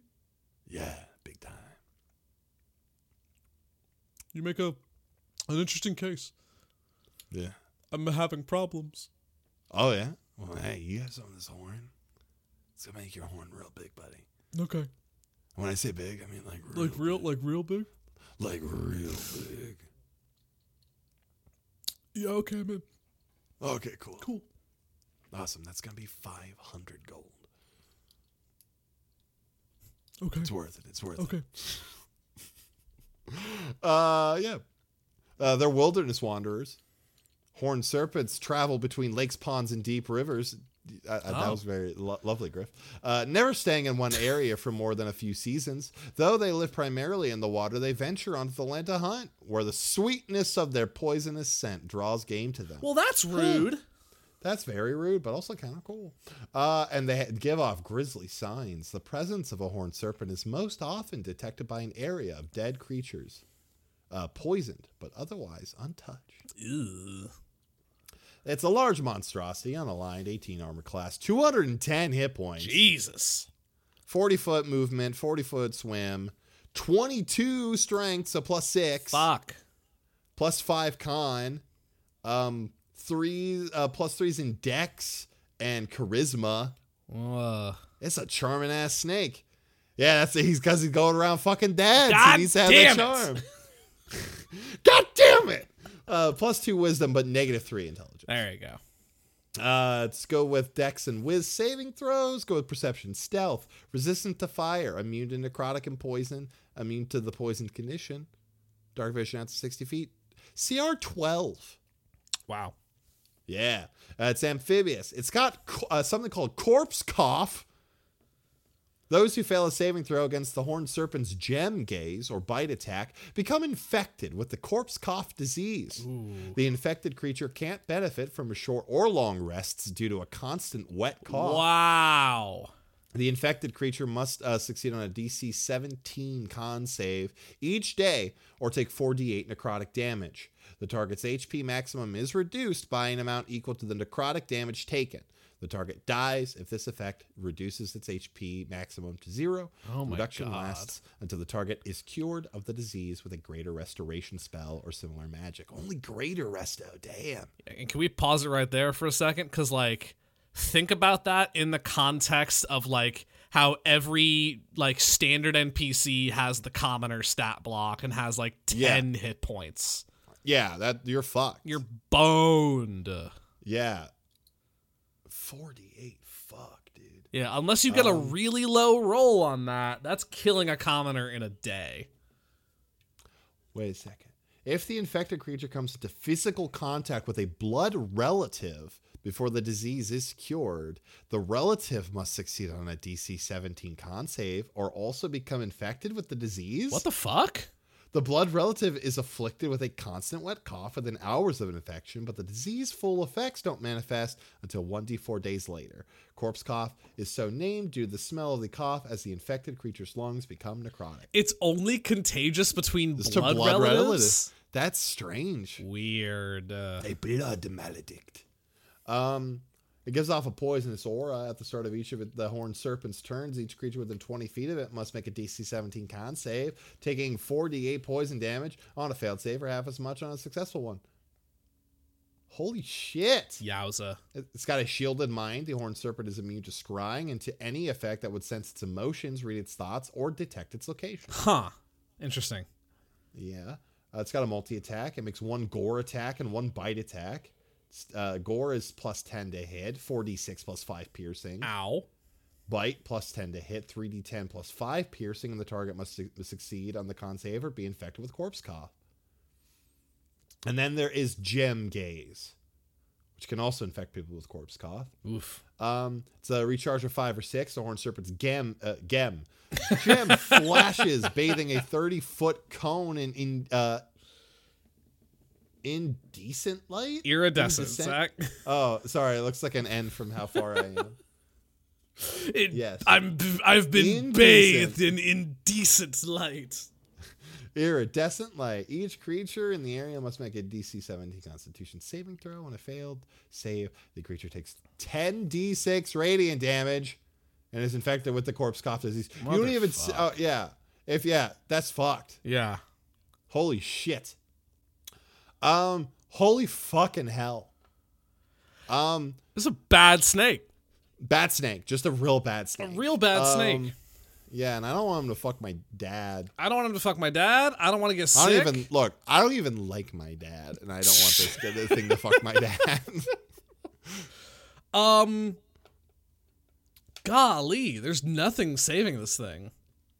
S1: Yeah, big time.
S2: You make a an interesting case.
S1: Yeah.
S2: I'm having problems.
S1: Oh yeah. Well, hey, you have some of this horn. It's gonna make your horn real big, buddy.
S2: Okay.
S1: When I say big, I mean like real,
S2: Like real like real big?
S1: like real big.
S2: Yeah, okay, man.
S1: Okay, cool,
S2: Cool.
S1: awesome. That's gonna be five hundred gold.
S2: Okay.
S1: It's worth it. It's worth
S2: Okay.
S1: it. Uh, yeah. Uh, they're wilderness wanderers. Horned serpents travel between lakes, ponds, and deep rivers. Uh, uh, That
S2: Oh.
S1: was very lo- lovely, Griff. Uh, never staying in one area for more than a few seasons. Though they live primarily in the water, they venture onto the land to hunt, where the sweetness of their poisonous scent draws game to them.
S2: Well, that's rude.
S1: That's very rude, but also kind of cool. Uh, and they give off grisly signs. The presence of a horned serpent is most often detected by an area of dead creatures, uh, poisoned, but otherwise untouched.
S2: Ew.
S1: It's a large monstrosity, unaligned, 18 armor class, 210 hit points,
S2: Jesus.
S1: 40 foot movement, 40 foot swim, 22 strength, so plus six,
S2: Fuck.
S1: plus five con, um, three, uh, plus threes in dex and charisma.
S2: Uh,
S1: It's a charming ass snake. Yeah, that's he's because he's going around fucking dads.
S2: God
S1: he needs to have
S2: damn
S1: that
S2: it.
S1: charm. God damn it! Uh, plus two wisdom, but negative three intelligence.
S2: there you go.
S1: Uh, let's go with dex and whiz saving throws. Go with perception, stealth, resistant to fire, immune to necrotic and poison, immune to the poisoned condition, dark vision out to 60 feet, CR 12.
S2: Wow.
S1: Yeah, uh, it's amphibious. It's got co- uh, something called corpse cough. Those who fail a saving throw against the horned serpent's gem gaze or bite attack become infected with the corpse cough disease. The infected creature can't benefit from a short or long rests due to a constant wet cough.
S2: Wow.
S1: The infected creature must uh, succeed on a DC 17 con save each day or take 4d8 necrotic damage. The target's HP maximum is reduced by an amount equal to the necrotic damage taken. The target dies if this effect reduces its HP maximum to zero.
S2: Oh my
S1: Reduction
S2: God.
S1: lasts until the target is cured of the disease with a greater restoration spell or similar magic. Only greater resto, damn.
S2: And can we pause it right there for a second? Because, like, think about that in the context of, like, how every, like, standard NPC has the commoner stat block and has, like, 10 hit points.
S1: Yeah, that you're fucked.
S2: You're boned.
S1: yeah. 48 fuck, dude.
S2: Yeah, unless you get
S1: Um,
S2: a really low roll on that, that's killing a commoner in a day.
S1: Wait a second. If the infected creature comes into physical contact with a blood relative before the disease is cured, the relative must succeed on a DC 17 con save or also become infected with the disease.
S2: What the fuck?
S1: the blood relative is afflicted with a constant wet cough within hours of infection, but the disease full effects don't manifest until 1d4 days later. Corpse cough is so named due to the smell of the cough as the infected creature's lungs become necrotic.
S2: It's only contagious between
S1: It's
S2: blood, relatives.
S1: That's strange.
S2: Weird. Uh,
S1: A blood maledict. Um, it gives off a poisonous aura at the start of each of it, the horned serpent's turns. Each creature within 20 feet of it must make a DC 17 con save, taking 4d8 poison damage on a failed save or half as much on a successful one. Holy shit!
S2: yowza.
S1: It- It's got a shielded mind. The horned serpent is immune to scrying and to any effect that would sense its emotions, read its thoughts, or detect its location.
S2: Huh. Interesting.
S1: Yeah. Uh, it's got a multi attack. It makes one gore attack and one bite attack. S- Uh, gore is plus 10 to hit, 4d6 plus 5 piercing.
S2: Ow.
S1: Bite plus 10 to hit, 3d10 plus 5 piercing, and the target must su- succeed on the con save or be infected with corpse cough. And then there is gem gaze, which can also infect people with corpse cough.
S2: Oof.
S1: Um, it's a recharge of five or six. The horned serpent's gem, uh, gem, gem flashes, bathing a thirty-foot cone in, in uh, indecent light?
S2: Iridescent,
S1: Indecent-
S2: Zach.
S1: Oh, sorry. It looks like an N from how far I am.
S2: It-
S1: Yes.
S2: I'm. I've been
S1: Indecent.
S2: bathed in indecent light.
S1: Iridescent light. Each creature in the area must make a DC 17 Constitution saving throw. When a failed save, the creature takes 10d6 radiant damage and is infected with the corpse cough disease. You don't even. See, oh, yeah. If, yeah, that's fucked.
S2: Yeah.
S1: Holy shit. Um, holy fucking hell. Um,
S2: It's a bad snake.
S1: bat snake. Just a real bad
S2: A
S1: snake.
S2: real bad
S1: Um,
S2: snake.
S1: Yeah, and I don't want him to fuck my dad.
S2: I don't want him to fuck my dad. I don't want to get sick.
S1: I don't even look. I don't even like my dad, and I don't want this, this thing to fuck my dad.
S2: Um. Golly, there's nothing saving this thing.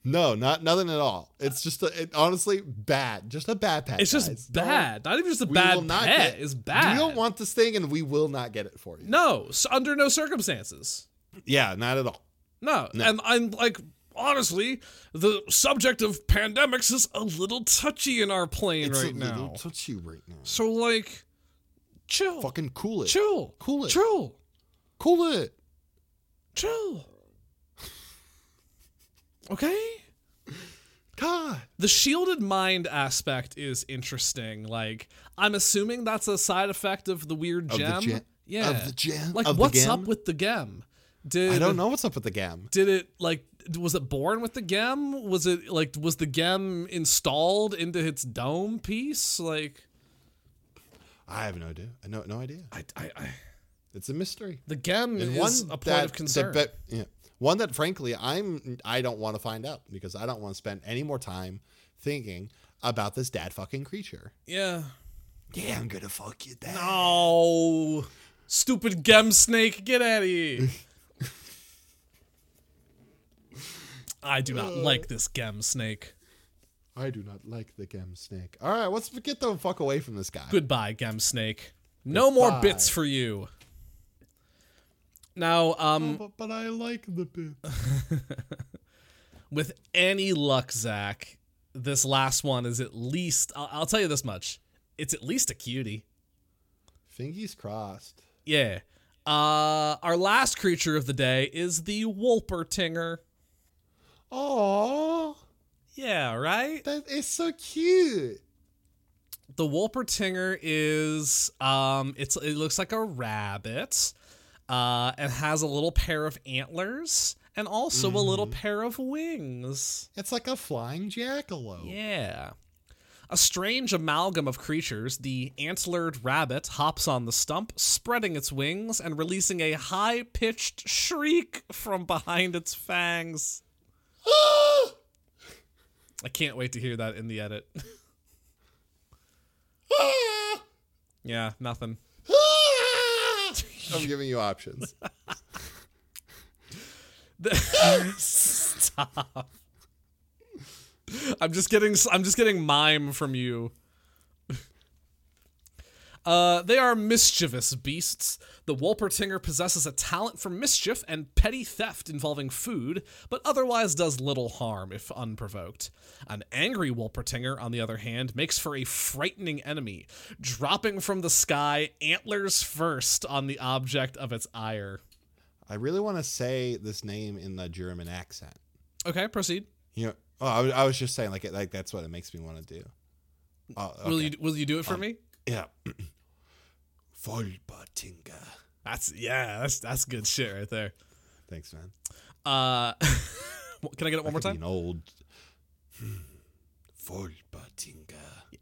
S1: no, not nothing at all. It's just a, it, honestly bad. Just a bad pet.
S2: It's
S1: guys.
S2: just
S1: No,
S2: bad. Not even just a
S1: we will
S2: bad
S1: not
S2: pet.
S1: get-
S2: It's bad.
S1: You don't want this thing, and we will not get it for you.
S2: No, s- under no circumstances.
S1: Yeah, not at all.
S2: No. And I'm like, honestly, the subject of pandemics is a little touchy in our plane
S1: It's
S2: right
S1: a
S2: now.
S1: little touchy right now.
S2: so, like, chill.
S1: Fucking cool it.
S2: chill.
S1: Cool it.
S2: Chill.
S1: Cool it.
S2: Chill. Okay?
S1: God.
S2: The shielded mind aspect is interesting. Like, I'm assuming that's a side effect of the weird
S1: Of the
S2: gem.
S1: gem-
S2: yeah.
S1: of the gem-
S2: Like,
S1: of the
S2: what's
S1: gem?
S2: up with the gem? Did
S1: I don't know what's up with the gam.
S2: Did it like? Was it born with the gem? Was it like? Was the gem installed into its dome piece? Like,
S1: I have no idea. I no no idea.
S2: I, I, I
S1: It's a mystery.
S2: the gem
S1: And
S2: is a point
S1: that-
S2: of concern.
S1: That, bet- yeah. One that frankly I'm I don't want to find out because I don't want to spend any more time thinking about this dad fucking creature.
S2: yeah.
S1: Yeah, I'm gonna fuck you dad.
S2: No. Oh, Stupid gem snake, get out of here. I do not like this gem snake.
S1: I do not like the gem snake. Alright, let's get the fuck away from this guy.
S2: Goodbye, gem snake. No more
S1: Goodbye.
S2: bits for you. Now, um,
S1: Oh, But, but I like the bit.
S2: with any luck, Zach, this last one is at least, I'll, I'll tell you this much. It's at least a cutie.
S1: Fingies crossed.
S2: Yeah. Uh, our last creature of the day is the Wolpertinger.
S1: Oh,
S2: Yeah, right?
S1: that is so cute.
S2: The Wolpertinger is, um, it's it looks like a rabbit uh, and has a little pair of antlers and also a little pair of wings.
S1: It's like a flying jackalope.
S2: Yeah. A strange amalgam of creatures, the antlered rabbit hops on the stump, spreading its wings and releasing a high pitched shriek from behind its fangs. I can't wait to hear that in the edit. yeah, nothing.
S1: I'm giving you options.
S2: Stop. I'm just getting I'm just getting mime from you. Uh, they are mischievous beasts. The Wolpertinger possesses a talent for mischief and petty theft involving food, but otherwise does little harm if unprovoked. An angry Wolpertinger, on the other hand, makes for a frightening enemy, dropping from the sky antlers first on the object of its ire.
S1: I really want to say this name in the German accent.
S2: Okay, proceed.
S1: You know, oh, I, was- I was just saying, like, it, like that's what it makes me want to do. Oh,
S2: Will
S1: okay. Um,
S2: you will you do it for me?
S1: Yeah. Volpertinger.
S2: That's yeah, that's that's good shit right there.
S1: Thanks, man.
S2: Uh can I get it one more
S1: Could
S2: time?
S1: be An old. Volpertinger.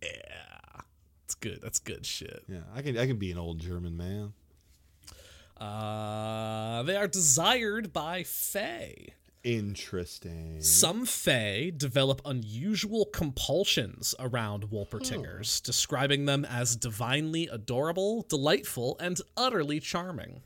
S2: Yeah. That's good. That's good shit.
S1: Yeah, I can. I can be an old German man.
S2: Uh they are desired by fae.
S1: Interesting.
S2: Some fae develop unusual compulsions around Wolpertingers, describing them as divinely adorable, delightful, and utterly charming.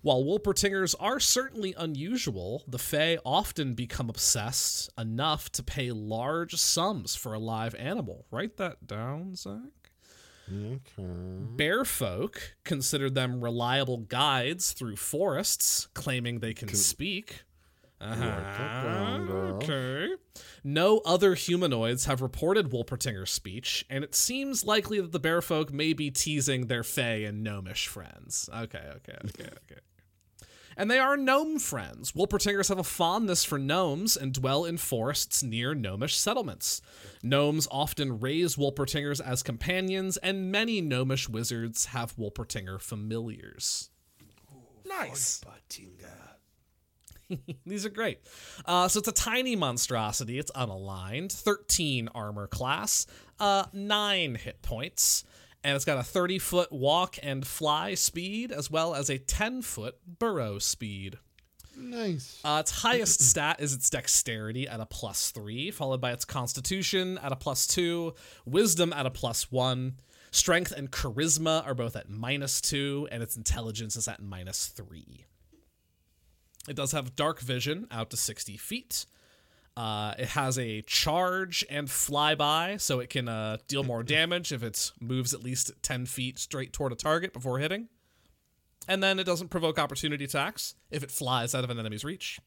S2: While Wolpertingers are certainly unusual, the fae often become obsessed enough to pay large sums for a live animal. Write that down, Zach.
S1: Okay.
S2: Bear folk consider them reliable guides through forests, claiming they can speak. Uh-huh.
S1: down, girl.
S2: Okay. No other humanoids have reported Wolpertinger's speech, and it seems likely that the bear folk may be teasing their fey and gnomish friends. Okay, okay, okay, okay. And they are gnome friends. Wolpertingers have a fondness for gnomes and dwell in forests near gnomish settlements. Gnomes often raise Wolpertingers as companions, and many gnomish wizards have Wolpertinger familiars. Nice. These are great. Uh, so it's a tiny monstrosity. It's unaligned. 13 armor class, uh, 9 hit points. And it's got a 30 foot walk and fly speed, as well as a 10 foot burrow speed.
S1: Nice.
S2: Uh, its highest stat is its dexterity at a plus three, followed by its constitution at a plus two, wisdom at a plus one, strength and charisma are both at minus two, and its intelligence is at minus three. It does have dark vision out to 60 feet. Uh, it has a charge and flyby, so it can uh, deal more damage if it moves at least 10 feet straight toward a target before hitting. And then it doesn't provoke opportunity attacks if it flies out of an enemy's reach.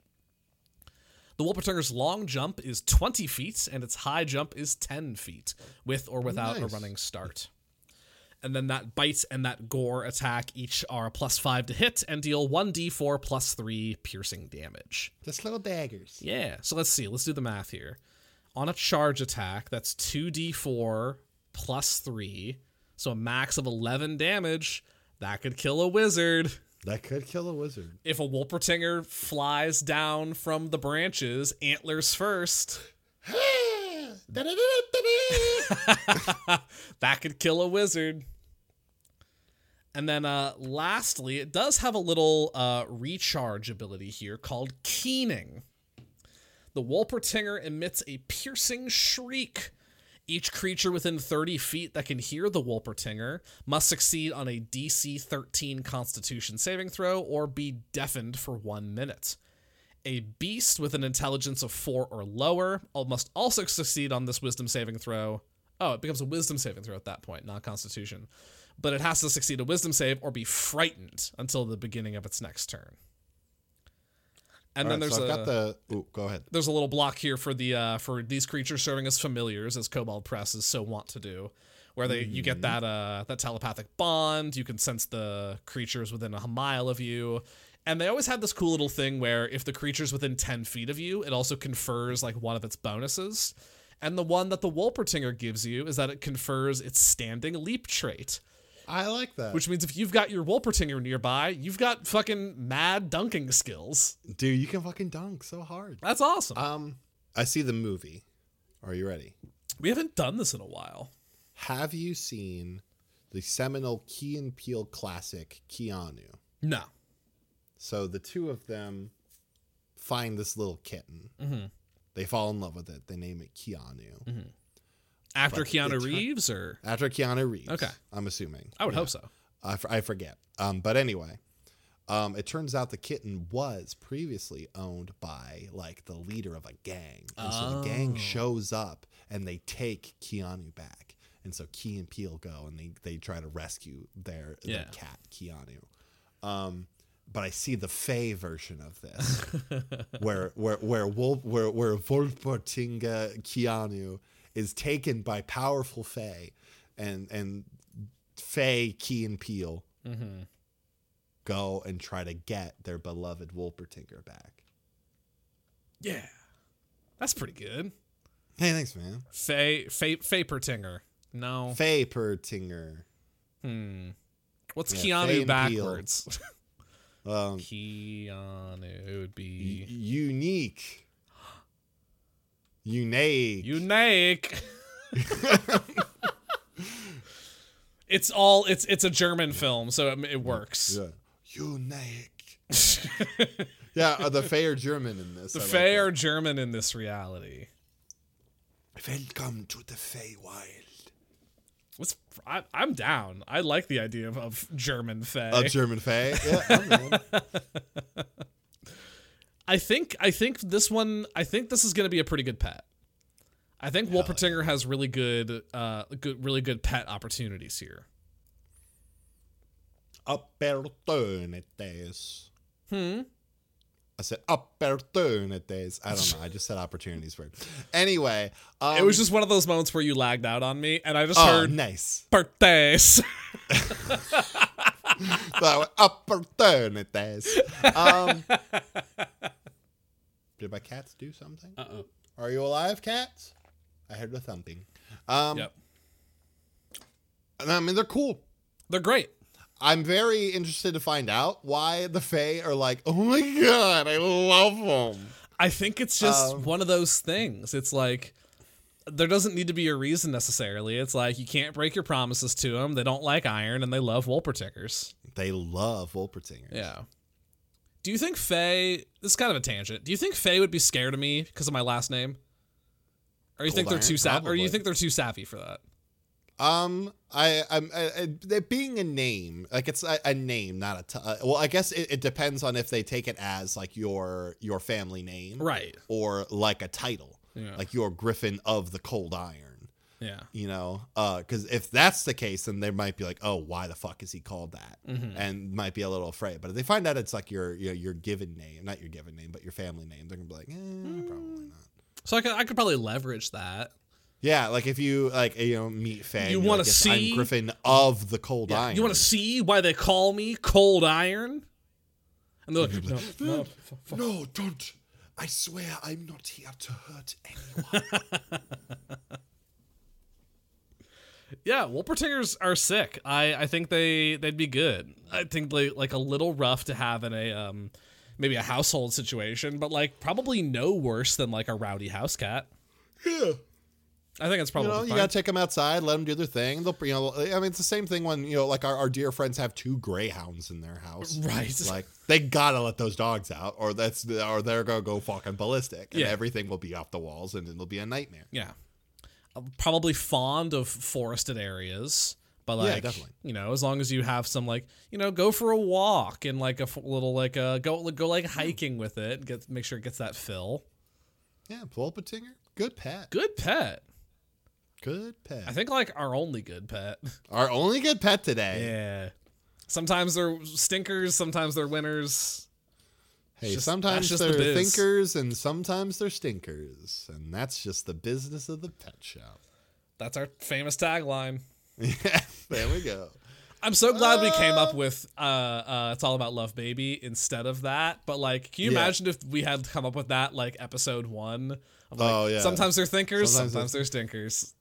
S2: The Wolpertinger's long jump is 20 feet, and its high jump is 10 feet, with or without
S1: Nice.
S2: a running start. And then that bite and that gore attack each are a plus 5 to hit and deal 1d4 plus 3 piercing damage.
S1: Just little daggers.
S2: Yeah. So let's see. Let's do the math here. On a charge attack, that's 2d4 plus 3. So a max of 11 damage. That could kill a wizard.
S1: That could kill a wizard.
S2: If a Wolpertinger flies down from the branches, antlers first, that could kill a wizard. And then uh, lastly, it does have a little uh, recharge ability here called keening. The Wolpertinger emits a piercing shriek. Each creature within 30 feet that can hear the Wolpertinger must succeed on a DC 13 Constitution saving throw or be deafened for one minute. A beast with an intelligence of four or lower al- must also succeed on this wisdom saving throw. Oh, it becomes a wisdom saving throw at that point, not constitution. But it has to succeed a wisdom save or be frightened until the beginning of its next turn. And then
S1: Alright,
S2: there's
S1: so
S2: a
S1: I've got the. Ooh, go ahead.
S2: there's a little block here for the uh, for these creatures serving as familiars, as Cobalt Presses so want to do, where they you get that uh, that telepathic bond. You can sense the creatures within a mile of you, and they always have this cool little thing where if the creature's within ten feet of you, it also confers like one of its bonuses. And the one that the Wolpertinger gives you is that it confers its standing leap trait,
S1: I like that.
S2: which means if you've got your Wolpertinger nearby, you've got fucking mad dunking skills.
S1: Dude, you can fucking dunk so hard.
S2: That's awesome.
S1: Um, I see the movie. Are you ready?
S2: we haven't done this in a while.
S1: Have you seen the seminal Key and Peele classic Keanu?
S2: No.
S1: So the two of them find this little kitten. They fall in love with it. They name it Keanu
S2: After
S1: But
S2: Keanu
S1: it's her-
S2: Reeves, or
S1: after Keanu Reeves.
S2: Okay.
S1: I'm assuming.
S2: I would hope so.
S1: I, f- I forget. Um, but anyway, um, it turns out the kitten was previously owned by like the leader of a gang, and so the gang shows up and they take Keanu back, and so Key and Peele go and they they try to rescue their, their
S2: Yeah.
S1: cat Keanu. Um, but I see the Fey version of this, where where where Wolf, where where Wolpertinga Keanu is taken by powerful Fey, and and Fey Key and Peele go and try to get their beloved Wolpertinger back.
S2: Yeah, that's pretty good.
S1: Hey, thanks, man.
S2: Fay Fay Fapertinger. No, Hmm.
S1: Fey Pertinger.
S2: what's
S1: Yeah, Fay
S2: Keanu
S1: and Peele.
S2: backwards?
S1: Um,
S2: Keanu it would
S1: u-
S2: be
S1: unique. Unique.
S2: unique. it's all it's it's a German film, so it, it works.
S1: yeah. Unique. yeah, uh, the Fey are German in this.
S2: The
S1: I like
S2: Fey
S1: that.
S2: are German in this reality.
S1: Welcome to the Fey Wild.
S2: What's I, I'm down. I like the idea of, of German Fey.
S1: A German Fey. Yeah, I'm in.
S2: I think I think this one I think this is going to be a pretty good pet. I think Wolpertinger has really good uh good really good pet opportunities here. Hmm?
S1: Opportunities. I said opportunities. I don't know. I just said opportunities word. Anyway, um,
S2: It was just one of those moments where you lagged out on me, and I just
S1: oh,
S2: heard
S1: nice.
S2: birthdays.
S1: But opportunities. Um, did my cats do something?
S2: Uh-oh.
S1: Are you alive, cats? I heard the thumping. Um,
S2: Yep.
S1: I mean, they're cool.
S2: They're great.
S1: I'm very interested to find out why the Fae are like, oh my god, I love them.
S2: I think it's just
S1: um,
S2: one of those things. It's like there doesn't need to be a reason necessarily. It's like you can't break your promises to them. They don't like iron and they love Wolpertickers.
S1: They love Wolpertingers.
S2: Yeah. Do you think Faye? This is kind of a tangent. Do you think Faye would be scared of me because of my last name? Or you think
S1: Cold
S2: they're too
S1: Iron?
S2: savvy? Or you
S1: Probably.
S2: think they're too savvy for that?
S1: Um, I, I'm, I, I, that being a name, like it's a, a name, not a. T- uh, well, I guess it, it depends on if they take it as like your your family name,
S2: Right.
S1: or like a title,
S2: Yeah.
S1: like you're Griffin of the Cold Iron.
S2: Yeah.
S1: You know, because if that's the case, then they might be like, "Oh, why the fuck is he called that?"
S2: Mm-hmm.
S1: and might be a little afraid. But if they find out it's like your your, your given name, not your given name, but your family name, they're gonna be like, eh, "Probably not."
S2: So I could I could probably leverage that.
S1: Yeah, like if you like you know meet Fang,
S2: You
S1: you
S2: wanna
S1: want to
S2: see-
S1: I'm Griffin of the Cold Iron.
S2: You want to see why they call me Cold Iron? And they're like, no, no,
S1: No, don't! I swear I'm not here to hurt anyone.
S2: Yeah, Wolpertingers are sick. I, I think they they'd be good. I think they like a little rough to have in a um maybe a household situation, but like probably no worse than like a rowdy house cat.
S1: yeah.
S2: I think it's
S1: You
S2: probably
S1: know, you
S2: fine.
S1: gotta take them outside, let them do their thing. They'll, you know, I mean, it's the same thing when you know, like our, our dear friends have two greyhounds in their house,
S2: Right.
S1: Like they gotta let those dogs out, or that's or they're gonna go fucking ballistic, and
S2: Yeah.
S1: everything will be off the walls, and it'll be a nightmare.
S2: yeah. I'm probably fond of forested areas, but
S1: Yeah,
S2: like
S1: definitely.
S2: you know, as long as you have some like, you know, go for a walk and like a f- little like uh, go go like hiking with it, get make sure it gets that fill.
S1: Yeah, Pulpitinger, good pet,
S2: Good pet.
S1: good pet.
S2: I think like our only good pet.
S1: Our only good pet today.
S2: Yeah. Sometimes they're stinkers, sometimes they're winners.
S1: Hey,
S2: It's just-
S1: sometimes
S2: that's just
S1: they're
S2: the biz.
S1: thinkers and sometimes they're stinkers, and that's just the business of the pet shop.
S2: That's our famous tagline.
S1: Yeah, there we go.
S2: I'm so glad we came up with uh, uh, "It's all about love, baby" instead of that. But like, can you
S1: Yeah.
S2: imagine if we had come up with that like episode one? Of, like,
S1: Oh, yeah.
S2: Sometimes they're thinkers, sometimes,
S1: Sometimes
S2: they're stinkers,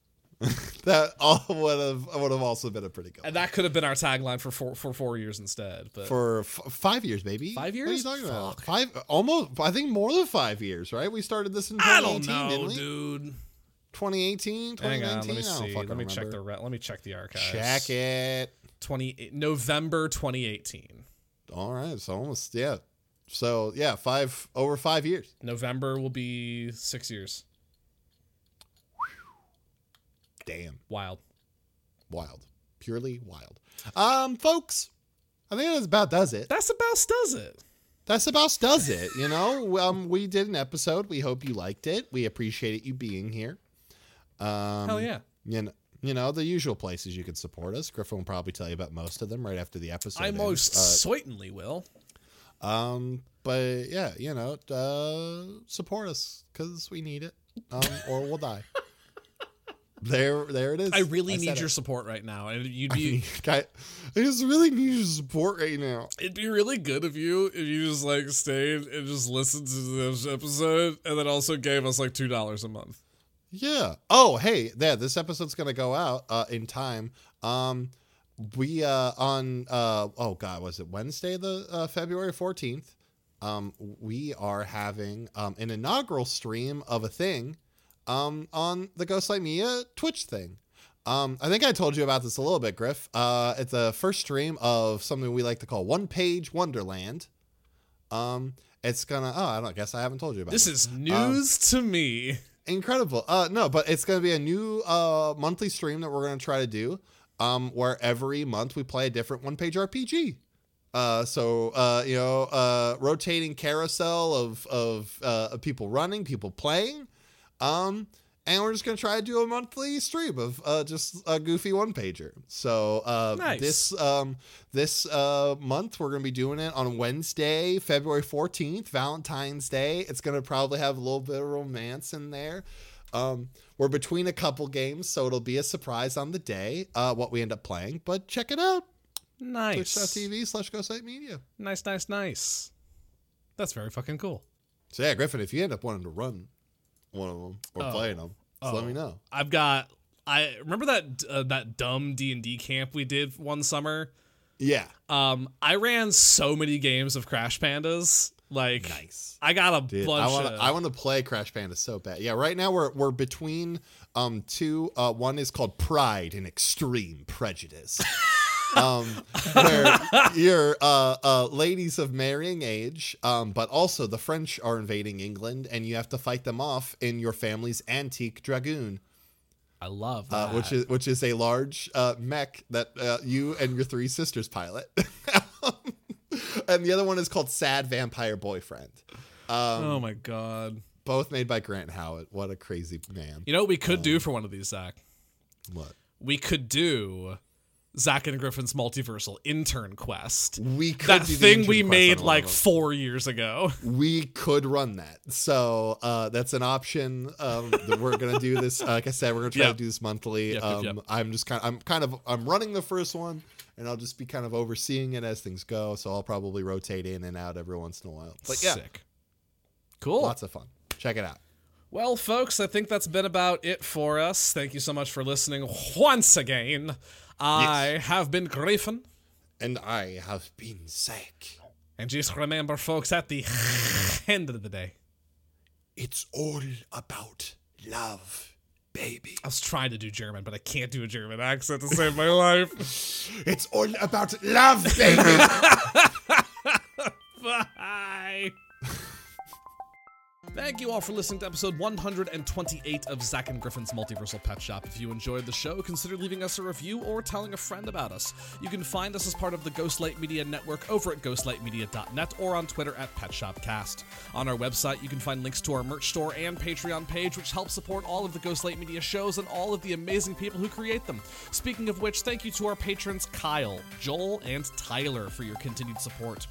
S1: That all would have would have also been a pretty good
S2: and
S1: one.
S2: that could have been our tagline for four, for four years instead. But
S1: for f- five years, baby.
S2: Five
S1: What are
S2: years?
S1: you talking about?
S2: Fuck.
S1: Five, almost. I think more than five years, right? We started this in
S2: I don't
S1: 2018,
S2: know,
S1: didn't we?
S2: dude.
S1: 2018,
S2: Hang on,
S1: 2019.
S2: let me
S1: I don't
S2: see. Let
S1: fucking
S2: me check the
S1: remember.
S2: re- let me check the archives.
S1: check it.
S2: Twenty November 2018.
S1: All right, so almost yeah. So yeah, five over five years.
S2: November will be six years.
S1: Damn.
S2: Wild.
S1: wild purely wild um folks i think that's about does it
S2: That's about does it.
S1: that's about does it you know um we did an episode we hope you liked it we appreciate you being here um
S2: Hell yeah.
S1: you know, you know the usual places you can support us griffin will probably tell you about most of them right after the episode
S2: I
S1: ends.
S2: most
S1: Uh,
S2: certainly will.
S1: um, but yeah, you know, uh, support us because we need it, um, or we'll die. there, there it is.
S2: I really
S1: said
S2: need your
S1: it.
S2: support right now, and you'd be
S1: I just really need your support right now.
S2: it'd be really good of you if you just like stayed and just listened to this episode, and then also gave us like two dollars a month.
S1: Yeah. Oh, hey, there. This episode's gonna go out uh, in time. Um, we uh on uh oh god, was it Wednesday the uh, February fourteenth? Um, we are having um an inaugural stream of a thing, um on the Ghostlight Mia Twitch thing. Um, I think I told you about this a little bit, Griff. Uh, it's the first stream of something we like to call One Page Wonderland. Um, it's gonna. Oh, I don't guess I haven't told you about
S2: This
S1: it
S2: is news to me.
S1: incredible uh no but it's gonna be a new uh monthly stream that we're gonna try to do um where every month we play a different one page rpg uh so uh you know uh rotating carousel of of uh of people running people playing um and we're just gonna try to do a monthly stream of uh, just a goofy one pager. So uh,
S2: Nice.
S1: this um, this uh, month we're gonna be doing it on Wednesday, February fourteenth, Valentine's Day. It's gonna probably have a little bit of romance in there. Um, we're between a couple games, so it'll be a surprise on the day uh, what we end up playing. But check it out,
S2: Nice.
S1: twitch.tv slash ghostlight media.
S2: Nice, nice, nice. That's very fucking cool.
S1: So yeah, Griffin, if you end up wanting to run one of them or playing them, just let me know.
S2: I've got. I remember that uh, that dumb D and D camp we did one summer.
S1: Yeah.
S2: Um, I ran so many games of Crash Pandas. Like,
S1: Nice.
S2: I got a
S1: Dude,
S2: bunch
S1: I want
S2: of.
S1: to I want to play Crash Bandicoot so bad. Yeah, right now we're we're between um two. Uh, one is called Pride and Extreme Prejudice. um, where you're uh, uh, ladies of marrying age, um, but also the French are invading England, and you have to fight them off in your family's antique dragoon.
S2: I love
S1: uh,
S2: that.
S1: which is which is a large uh, mech that uh, you and your three sisters pilot. and the other one is called Sad Vampire Boyfriend. Um,
S2: oh my god.
S1: Both made by Grant Howard. What a crazy man!
S2: You know what we could do for one of these, Zach?
S1: What
S2: We could do Zach and Griffin's multiversal intern quest.
S1: we could
S2: that
S1: do the
S2: thing
S1: intern
S2: we
S1: quest
S2: made
S1: on one of
S2: like
S1: them.
S2: four years ago.
S1: we could run that. So uh, that's an option. Um, that we're gonna do this. Uh, like I said, we're gonna try
S2: Yep.
S1: to do this monthly.
S2: Yep, yep,
S1: um,
S2: yep.
S1: I'm just kind. Of, I'm kind of. I'm running the first one, and I'll just be kind of overseeing it as things go. So I'll probably rotate in and out every once in a while. But yeah,
S2: Sick. Cool.
S1: lots of fun. Check it out.
S2: Well, folks, I think that's been about it for us. Thank you so much for listening once again. I have been Griffin.
S1: And I have been sick.
S2: And just remember, folks, at the end of the day,
S1: It's all about love, baby.
S2: I was trying to do German, but I can't do a German accent to save my life.
S1: It's all about love, baby.
S2: Bye. Thank you all for listening to episode 128 of Zack and Griffin's Multiversal Pet Shop. If you enjoyed the show, consider leaving us a review or telling a friend about us. You can find us as part of the Ghostlight Media Network over at ghostlightmedia.net or on Twitter at PetShopCast. On our website, you can find links to our merch store and Patreon page, which helps support all of the Ghostlight Media shows and all of the amazing people who create them. Speaking of which, thank you to our patrons Kyle, Joel, and Tyler for your continued support.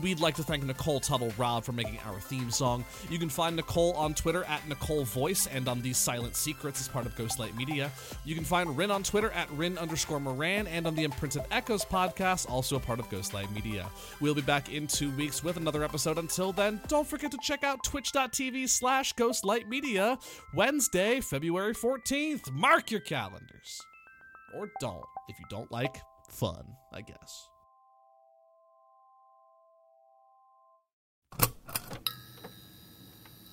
S2: We'd like to thank Nicole Tuttle Rob for making our theme song. You can find Nicole on Twitter at Nicole Voice and on The Silent Secrets as part of Ghostlight Media. You can find Rin on Twitter at Rin underscore Moran and on the Imprinted Echoes podcast, also a part of Ghostlight Media. We'll be back in two weeks with another episode. Until then, don't forget to check out twitch.tv slash ghostlight media Wednesday, February 14th. Mark your calendars. Or don't, if you don't like fun, I guess.